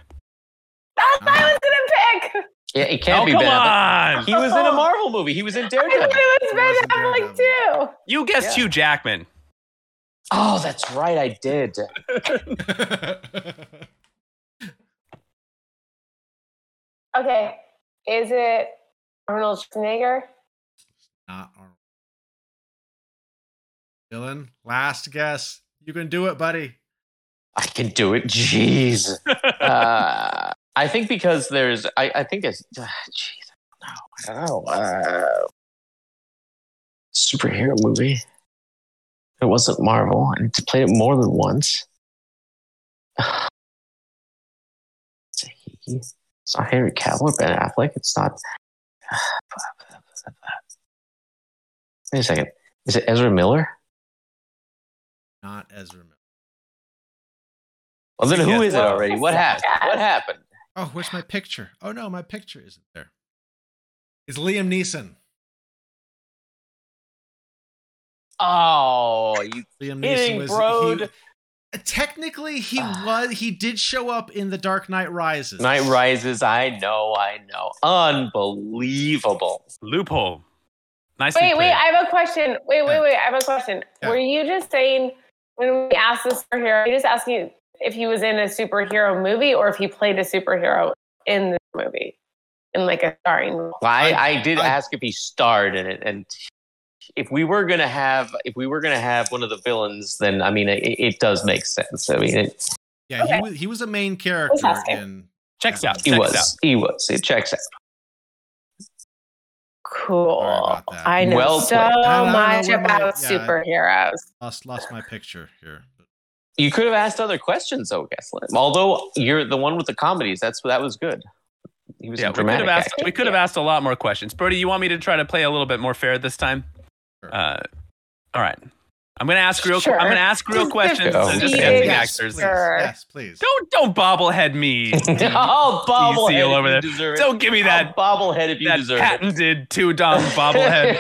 S4: That's what I was gonna pick.
S2: Yeah, it can't
S3: oh,
S2: be
S3: come
S2: Ben Affleck.
S3: on.
S2: He was in
S4: Oh.
S2: a Marvel movie. He was in
S4: I thought
S2: Daredevil.
S4: it was
S1: It
S4: Ben
S1: wasn't
S4: Affleck too.
S3: You guessed
S2: Yeah.
S3: Hugh Jackman.
S2: Oh, that's right, I did.
S4: Okay. Is it Arnold Schwarzenegger?
S1: Not Arnold. Dylan, last guess. You can do it, buddy.
S2: I can do it. Jeez. uh, I think because there's, I, I think it's, uh, jeez, I don't know. I don't know. Uh, superhero movie. It wasn't Marvel, and to play it more than once. it's a he. It's not Henry Cavill or Ben Affleck. It's not. Wait a second. Is it Ezra Miller?
S1: Not Ezra Miller.
S2: Well, then who
S3: Yes.
S2: is it already? What happened? What happened?
S1: Oh, where's my picture? Oh no, my picture isn't there. It's Liam Neeson.
S2: Oh, you
S1: Liam
S2: kidding,
S1: Neeson was
S2: broed.
S1: he- uh, technically he was he did show up in The Dark Knight Rises.
S2: Night Rises. I know. I know. Unbelievable.
S3: Loophole. Nice.
S4: Wait, wait, I have a question. Wait, wait, wait, I have a question.
S1: Yeah.
S4: Were you just saying when we asked this superhero, you just asking if he was in a superhero movie or if he played a superhero in the movie? In like a starring role.
S2: Well, I, I did
S1: I-
S2: ask if he starred in it, and if we were gonna have if we were gonna have one of the villains, then I mean it, it does make sense. I mean it,
S1: yeah,
S4: Okay.
S1: he was he was a main character
S4: Fantastic.
S1: in
S3: Checks out.
S2: he
S3: checks
S2: was
S3: out.
S2: he was it checks out.
S4: Cool.
S1: about that.
S4: I know
S2: Well
S4: so
S2: played.
S1: No, no, no,
S4: much
S1: we're not-
S4: about
S1: yeah.
S4: superheroes.
S1: lost lost my picture here.
S2: You could have asked other questions though, Kesslin. Although you're the one with the comedies, that's that was good. He was
S3: Yeah, we could
S2: dramatic.
S3: have asked.
S2: actor.
S3: We could have asked a lot more questions. Brody, you want me to try to play a little bit more fair this time?
S1: Sure.
S3: Uh, all right. I'm gonna ask real.
S4: Sure.
S3: I'm gonna ask real
S4: Just
S3: questions.
S2: go.
S3: and just
S4: Yeah.
S3: guessing
S4: Yes,
S3: actors.
S1: please.
S4: Sure.
S1: Yes, please.
S3: Don't don't bobblehead me.
S2: oh, bobblehead!
S3: seal over
S2: if
S3: there.
S2: You deserve it.
S3: don't give me that
S2: Oh, bobblehead if you
S3: that
S2: deserve
S3: patented two dong
S2: it.
S3: bobblehead.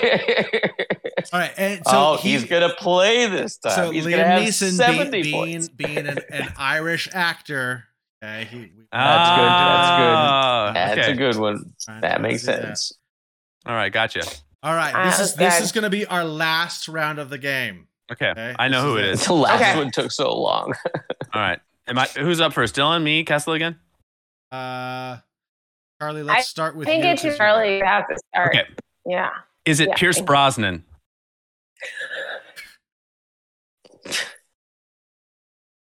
S1: All right. And so
S2: oh,
S1: he-
S2: he's gonna play this time.
S1: So
S2: he's gonna
S1: Liam
S2: have
S1: Neeson be,
S2: seventy
S1: being
S2: points.
S1: being an, an Irish actor. Okay, he, we-
S2: That's good, that's good.
S3: Ah,
S2: That's
S3: okay.
S2: a good one.
S1: trying
S2: That
S1: to
S2: makes
S1: do that.
S2: sense.
S3: All right, gotcha.
S1: All right,
S4: Ah,
S1: this is this
S4: okay.
S1: is going to be our last round of the game.
S3: Okay,
S1: Okay,
S3: I
S1: this
S3: know who it
S1: is
S3: is.
S2: The last
S4: Okay.
S2: one took so long.
S3: All right, am I? Who's up first? Dylan, me, Kessel again.
S1: Uh, Charlie, let's start
S4: I
S1: with
S4: think
S1: you
S4: it's
S1: 'cause you're-
S4: Charlie. You have to start.
S3: Okay,
S4: Yeah.
S3: is it
S4: Yeah.
S3: Pierce Brosnan?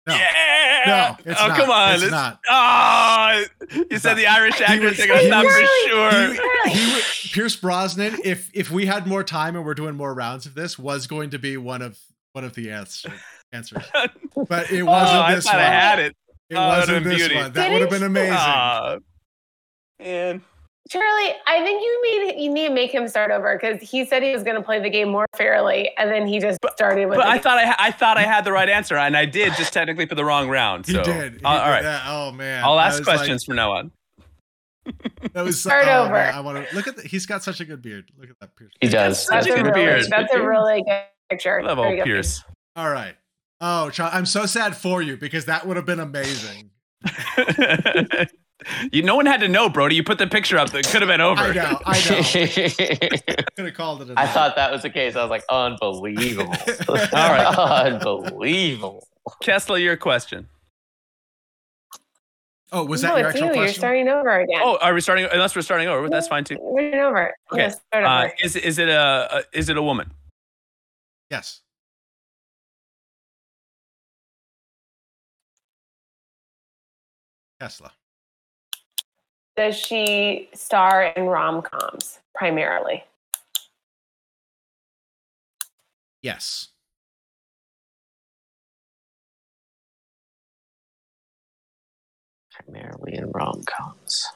S1: No.
S3: Yeah.
S1: No, it's
S3: oh
S1: not.
S3: come on.
S1: It's
S3: It's-
S1: not.
S3: Ah, you
S1: It's
S3: said
S1: not.
S3: the Irish actors
S1: was-
S3: thing. I'm
S1: he
S3: not
S1: was-
S3: for
S4: he-
S3: sure.
S1: He, he wa- Pierce Brosnan. If if we had more time and we're doing more rounds of this, was going to be one of one of the answer, answers, but it
S3: Oh,
S1: wasn't
S3: I
S1: this
S3: thought
S1: one.
S3: I had it.
S1: It
S3: Oh, that
S1: wasn't
S3: would've been
S1: this
S3: beauty.
S1: one. That would have been amazing.
S3: Ah, man.
S4: Charlie, I think you need you need to make him start over because he said he was going to play the game more fairly, and then he just started with.
S3: But I
S4: it.
S3: thought I, ha- I thought I had the right answer, and I did just technically for the wrong round.
S1: he
S3: So.
S1: did. He
S3: All- all
S1: did
S3: right.
S1: that. Oh man.
S3: I'll
S1: I
S3: ask
S1: was like-
S3: questions from now on.
S1: that was
S4: Start
S1: oh,
S4: over.
S1: man, I want to look at. The, he's got such a good beard. Look at that Pierce.
S2: He does.
S4: that's,
S3: That's
S4: a
S3: good
S4: really
S3: beard.
S4: that's a really good picture.
S3: Love old
S4: Very good
S3: Pierce.
S1: All right. Oh, Charlie, I'm so sad for you because that would have been amazing.
S3: you, no one had to know, Brody. You put the picture up. That could have been over.
S1: I know. I know.
S2: I,
S1: Could have called it. a night.
S2: thought that was the case. I was like, unbelievable.
S1: All
S3: right.
S2: unbelievable.
S3: Kessler, your question.
S1: Oh, was
S4: No,
S1: that your
S4: it's
S1: actual
S4: you. You're
S1: question?
S4: starting over again.
S3: Oh, are we starting? Unless we're starting over, that's fine too.
S4: You're starting over.
S3: Okay.
S4: Yeah, start
S3: Uh,
S4: over.
S3: is is it a, a is it a woman?
S1: Yes. Tesla.
S4: Does she star in rom coms primarily?
S1: Yes.
S2: Primarily in rom coms.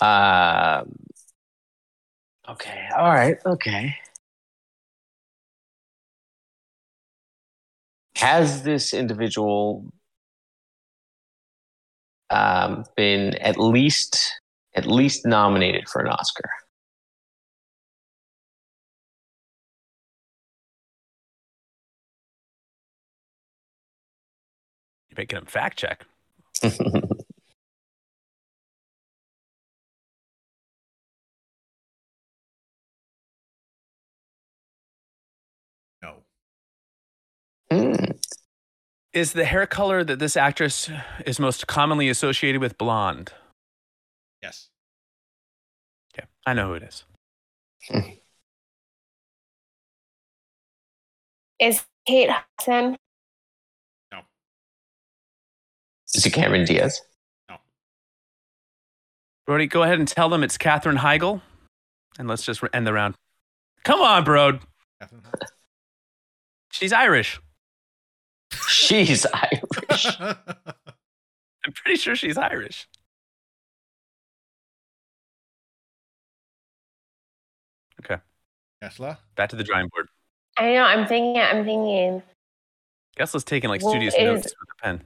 S2: Um, okay. All right. Okay. Has this individual um, been at least at least nominated for an Oscar?
S3: You're making him fact check.
S1: No.
S3: Is the hair color that this actress is most commonly associated with blonde?
S7: Yes.
S3: Okay, I know who it is.
S6: Is Kate Hudson?
S8: Is it Cameron Diaz?
S3: Brody, go ahead and tell them it's Katherine Heigl, and let's just end the round. Come on, Brode.
S7: Catherine
S3: She's Irish.
S8: She's Irish.
S7: Hudson.
S3: I'm pretty sure she's Irish.
S7: Tesla.
S3: Back to the drawing board.
S6: I know. I'm thinking. I'm thinking.
S3: Gesla's taking like
S6: Well,
S3: studious
S6: it
S3: notes
S6: is-
S3: with a pen.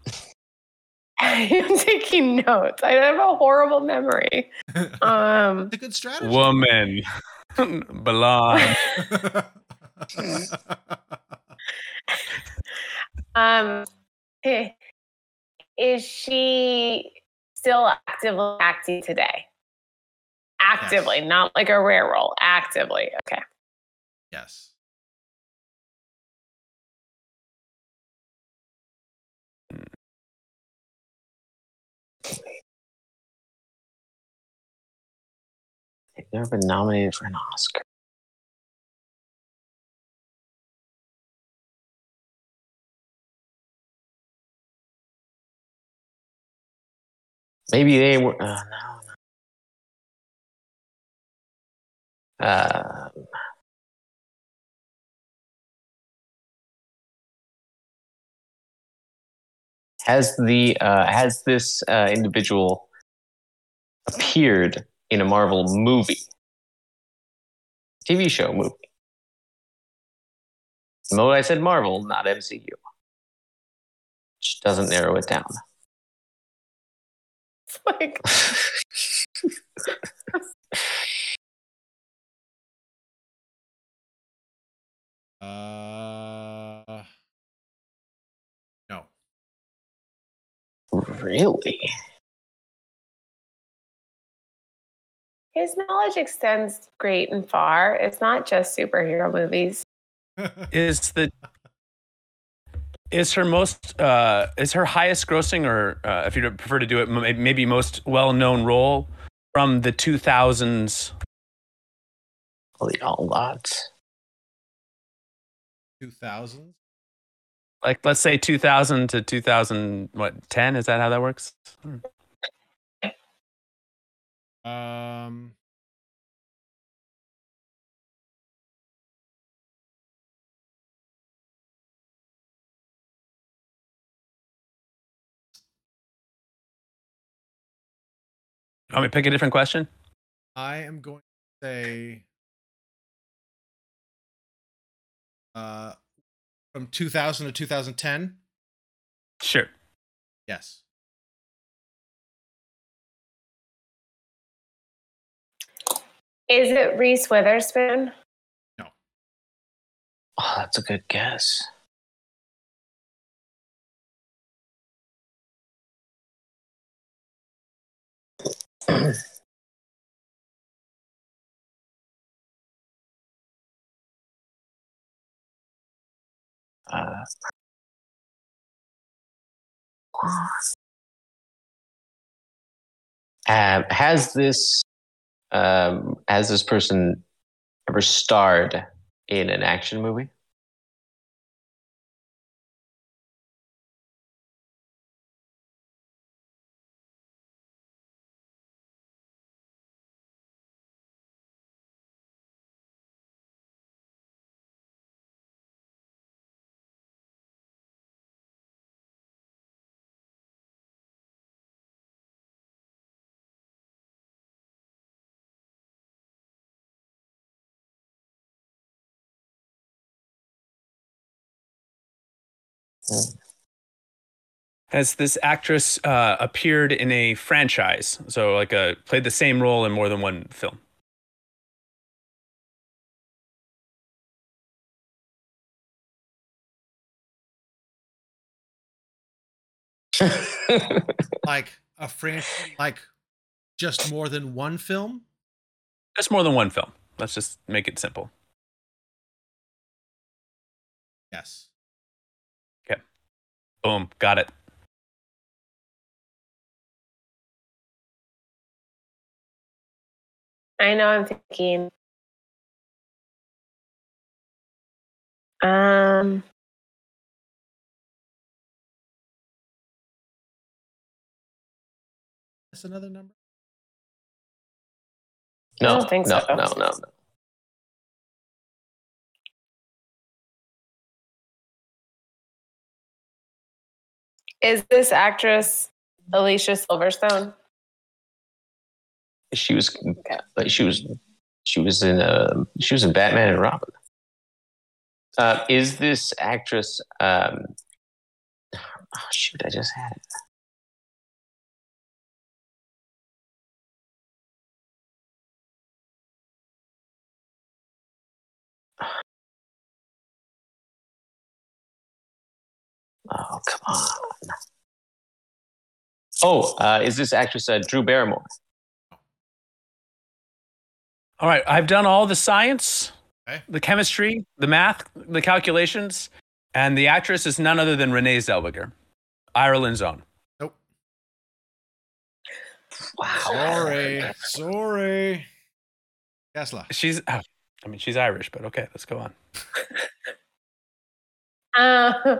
S6: I'm taking notes. I have a horrible memory.
S7: it's
S6: Um.
S7: a good strategy.
S3: Woman. Blonde.
S6: um. eh, Is she still actively acting today? Actively, not like a rare role. Actively. Okay.
S7: yes.
S8: They've never been nominated for an Oscar. Maybe they were. Uh, no, no. Uh, has the uh, has this uh, individual appeared in a Marvel movie, TV show movie. The moment I said Marvel, not MCU, which doesn't narrow it down.
S6: It's like
S7: Uh, no.
S8: really?
S6: his knowledge extends great and far. It's not just superhero movies.
S3: Is the is her most uh is her highest grossing or uh, if you prefer to do it m- maybe most well known role from the 2000s
S8: Holy a lot.
S7: 2000s.
S3: like let's say 2000 to 2000 what 10 is that how that works
S7: Um,
S3: want me to pick a different question
S7: I am going to say uh, from 2000 to 2010.
S3: sure
S7: Yes.
S6: Is it Reese Witherspoon?
S8: Oh, that's a good guess. Uh, um, has this um, has this person ever starred in an action movie?
S3: has this actress uh, appeared in a franchise so like a played the same role in more than one film
S7: Like a franchise, like just more than one film.
S3: that's more than one film let's just make it simple
S7: Yes.
S3: Boom, got it.
S4: I know I'm thinking. Um.
S1: That's another number.
S4: I
S2: No,
S4: don't think
S2: no,
S4: so.
S2: no, no, no.
S4: Is this actress Alicia Silverstone?
S2: She was, like, she was, she was in uh, she was in Batman and Robin. Uh, is this actress? Um, oh shoot, I just had it. Oh come on! Oh, uh, is this actress uh, Drew Barrymore?
S3: All right, I've done all the science,
S1: Okay.
S3: the chemistry, the math, the calculations, and the actress is none other than Renee Zellweger, Ireland's own.
S2: Wow.
S1: Sorry, sorry. Tesla.
S3: She's, oh, I mean, she's Irish, but okay, let's go on.
S4: Uh,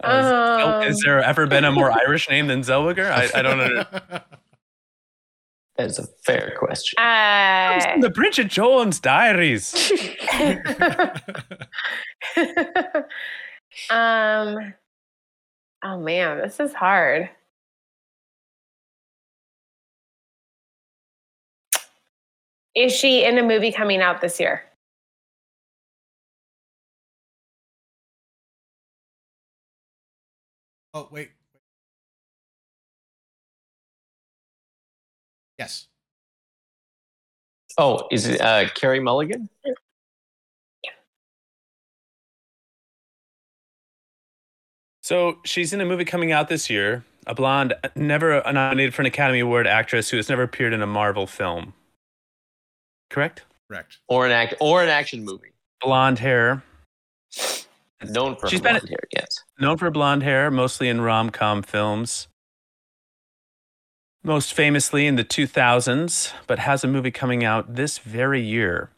S3: Uh, Zel-
S4: um,
S3: Has there ever been a more Irish name than Zellweger? I, I don't know.
S2: That's a fair question.
S3: It's in the Bridget Jones Diaries.
S4: uh, um. Oh man, this is hard. Is she in a movie coming out this year?
S1: oh wait. Yes.
S2: Oh, is it uh, Carrie Mulligan?
S3: So she's in a movie coming out this year. A blonde, never nominated for an Academy Award actress who has never appeared in a Marvel film. Correct?
S1: Correct.
S2: Or an act or an action movie.
S3: Blonde hair,
S2: Known for
S3: She's
S2: she's
S3: been-
S2: blonde hair, yes.
S3: known for blonde hair, mostly in rom com films. Most famously in the 2000s, but has a movie coming out this very year.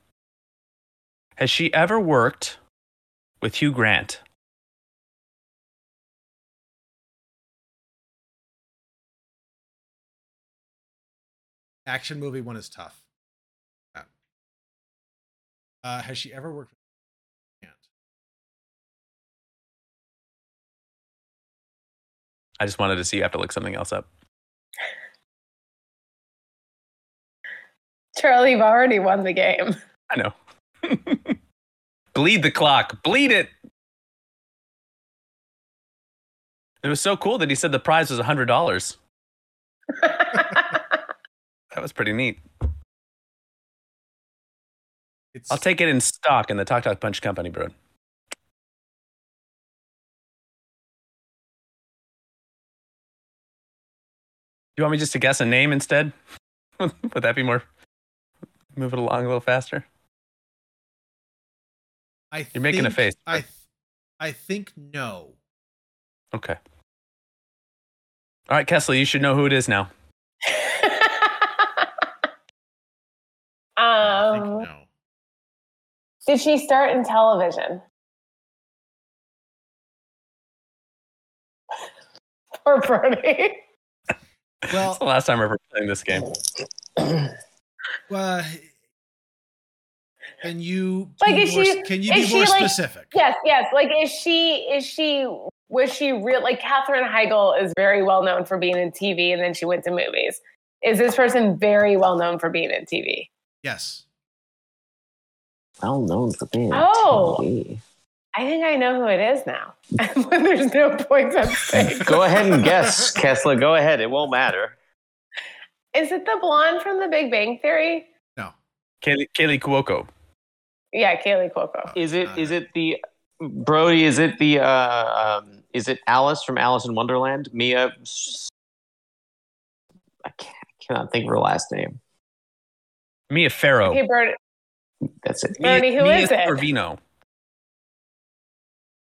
S3: Has she ever worked with Hugh Grant?
S1: Action movie one is tough. Uh, has she ever worked? with Grant?
S3: I just wanted to see. I have to look something else up.
S4: Charlie, you've already won the game.
S3: I know. Bleed the clock. Bleed it. It was so cool that he said the prize was $100. That was pretty neat.
S1: It's
S3: I'll take it in stock in the Talk Talk Punch Company, bro. You want me just to guess a name instead? Would that be more? Move it along a little faster.
S1: I
S3: You're making a
S1: think-
S3: face.
S1: I, th- I think no.
S3: Okay. All right, Kessler, you should know who it is now.
S1: I think
S4: um,
S1: no.
S4: did she start in television? Poor Brody.
S3: Well, it's the
S1: Well,
S3: last time we're ever playing this game.
S1: uh, can you
S4: Like,
S1: be
S4: is
S1: more,
S4: she-
S1: can you
S4: is
S1: be
S4: she,
S1: more
S4: like-
S1: specific?
S4: Yes, yes. Like, is she? Is she? Was she real? Like, Katherine Heigl is very well known for being in TV, and then she went to movies. Is this person very well known for being in TV?
S1: Yes.
S2: Well known for being. on
S4: Oh.
S2: TV.
S4: I think I know who it is now. There's no points at stake.
S2: Go ahead and guess, Kessler. Go ahead. It won't matter.
S4: Is it the blonde from The Big Bang Theory?
S1: No.
S3: Kaylee, Kaylee Cuoco.
S4: Yeah, Kaylee
S1: Uh,
S4: Cuoco.
S2: Is it is it the Brody, is it the uh, um, is it Alice from Alice in Wonderland? Mia I, can't, I cannot think of her last name.
S3: Mia Farrow.
S4: Okay, Bird.
S2: That's it.
S3: Mia,
S4: Bernie, who
S3: Mia
S4: is it?
S3: Sorvino.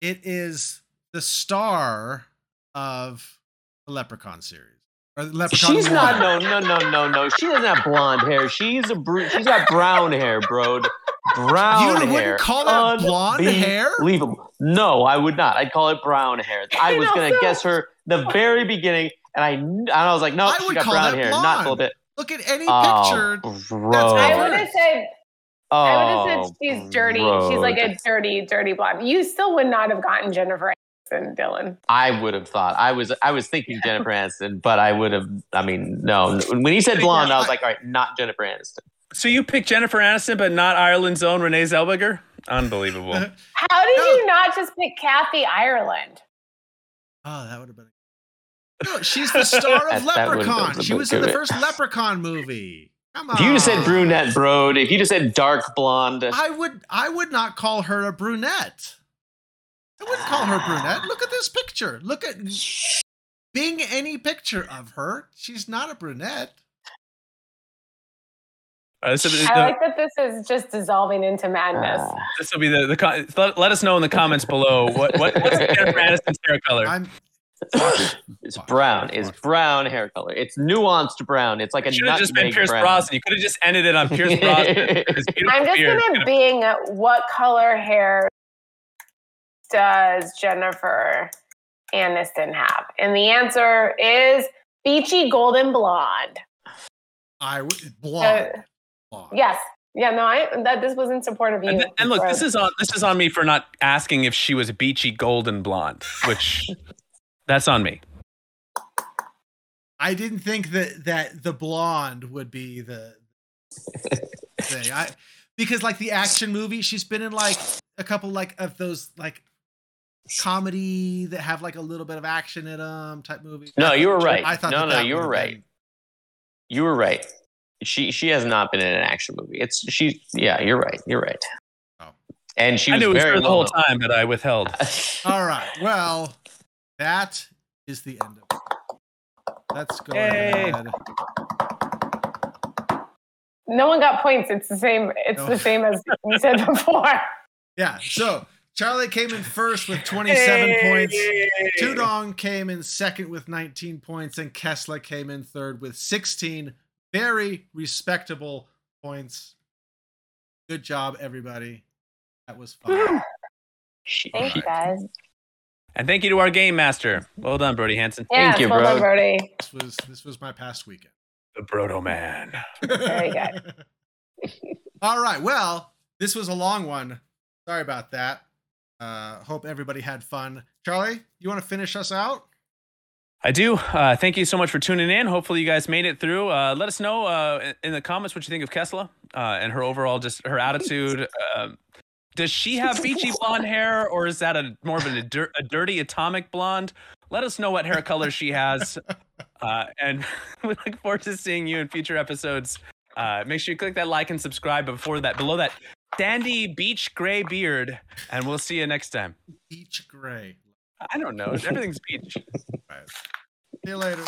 S1: It is the star of the Leprechaun series. Or the Leprechaun
S2: She's
S1: one.
S2: not. No, no, no, no, no. She doesn't have blonde hair. She's a brute. She's got brown hair, bro.
S1: You
S2: Brown
S1: wouldn't
S2: hair.
S1: call that blonde hair?
S2: Unbelievable. No, I would not. I'd call it brown hair. I
S4: And
S2: was gonna
S4: also-
S2: guess her the very beginning, and I kn- and I was like, no,
S1: I
S2: she
S1: would
S2: got
S1: call
S2: brown
S1: that
S2: hair, not a
S1: blonde.
S2: little bit.
S1: Look at any
S2: Oh,
S1: picture.
S2: bro.
S1: I
S4: I
S1: would
S4: would
S1: have
S4: have said
S2: oh,
S4: I would have said
S3: oh,
S4: she's dirty. She's like
S2: bro.
S4: a dirty, dirty blonde. You still would not have gotten Jennifer Aniston, Dylan.
S2: I would have thought. I was. I was thinking Jennifer Aniston, but I would have. I mean, no. When he said blonde, I was like, all right, not Jennifer Aniston.
S3: So you picked Jennifer Aniston, but not Ireland's own Renee Zellweger? Unbelievable.
S4: How did
S1: No.
S4: you not just pick Kathy Ireland?
S1: Oh, that would have been. No, she's the star of
S2: That- that would've been
S1: Leprechaun.
S2: the
S1: She
S2: book
S1: was in
S2: of
S1: the
S2: it.
S1: first Leprechaun movie. Come on.
S2: If you just said brunette, bro, if you just said dark blonde,
S1: I would. I would not call her a brunette. I wouldn't call her brunette. Look at this picture. Look at being any picture of her. She's not a brunette.
S3: All right, so the-
S4: I
S3: the-
S4: like that this is just dissolving into madness.
S2: uh,
S3: this will be the, the con- let, let us know in the comments below what, what what's Jennifer Aniston's hair color.
S1: I'm.
S2: it's brown. It's brown hair color. It's nuanced brown. It's like a
S3: It should have just been
S2: nutmeg
S3: Pierce
S2: brown.
S3: Brosnan. You could have just ended it on Pierce Brosnan. His beautiful
S4: I'm just
S3: beard.
S4: gonna bing what color hair does Jennifer Aniston have? And the answer is beachy golden blonde.
S1: I would blonde.
S4: Uh,
S1: blonde.
S4: Yes. Yeah, no, I that this was in support of you.
S3: And, and look,
S4: Rose.
S3: this is on this is on me for not asking if she was beachy golden blonde, which that's on me.
S1: I didn't think that that the blonde would be the thing. I because like the action movie, she's been in like a couple like of those like comedy that have like a little bit of action in them type movies.
S2: No, you were right.
S1: I thought
S2: No,
S1: that
S2: no,
S1: that
S2: you
S1: would
S2: were
S1: have
S2: right. You were right. She she has not been in an action movie. It's she. Yeah, you're right. You're right.
S1: Oh.
S2: And she
S3: I
S2: was
S3: knew it was
S2: very
S3: her the whole
S2: well-known.
S3: time, but I withheld.
S1: been. All right. Well, that is the end of it. Let's go
S3: Yay.
S1: ahead.
S4: no one got points. It's the same. It's
S1: No.
S4: the same as you said before.
S1: Yeah. So Charlie came in first with 27 points. Tudong came in second with 19 points, and Kessler came in third with 16. Very respectable points. Good job, everybody. That was fun.
S2: She-
S4: Thanks,
S2: she-
S4: guys.
S3: And thank you to our game master. Well done, Brody Hansen.
S4: Yeah,
S2: you,
S4: well done,
S2: bro.
S4: Brody.
S1: this was this was my past weekend.
S3: The Brodo Man.
S4: Very good.
S1: All right. Well, this was a long one. Sorry about that. Uh, hope everybody had fun. Charlie, you want to finish us out?
S3: I do. Uh, thank you so much for tuning in. Hopefully, you guys made it through. Uh, let us know uh, in the comments what you think of Kesla uh, and her overall, just her attitude. Um, does she have beachy blonde hair, or is that a more of a, dir- a dirty atomic blonde? Let us know what hair color she has, uh, and we look forward to seeing you in future episodes. Uh, make sure you click that like and subscribe before that, below that sandy beach gray beard, and we'll see you next time.
S1: Each gray.
S3: I don't know. Everything's beach.
S1: See you later.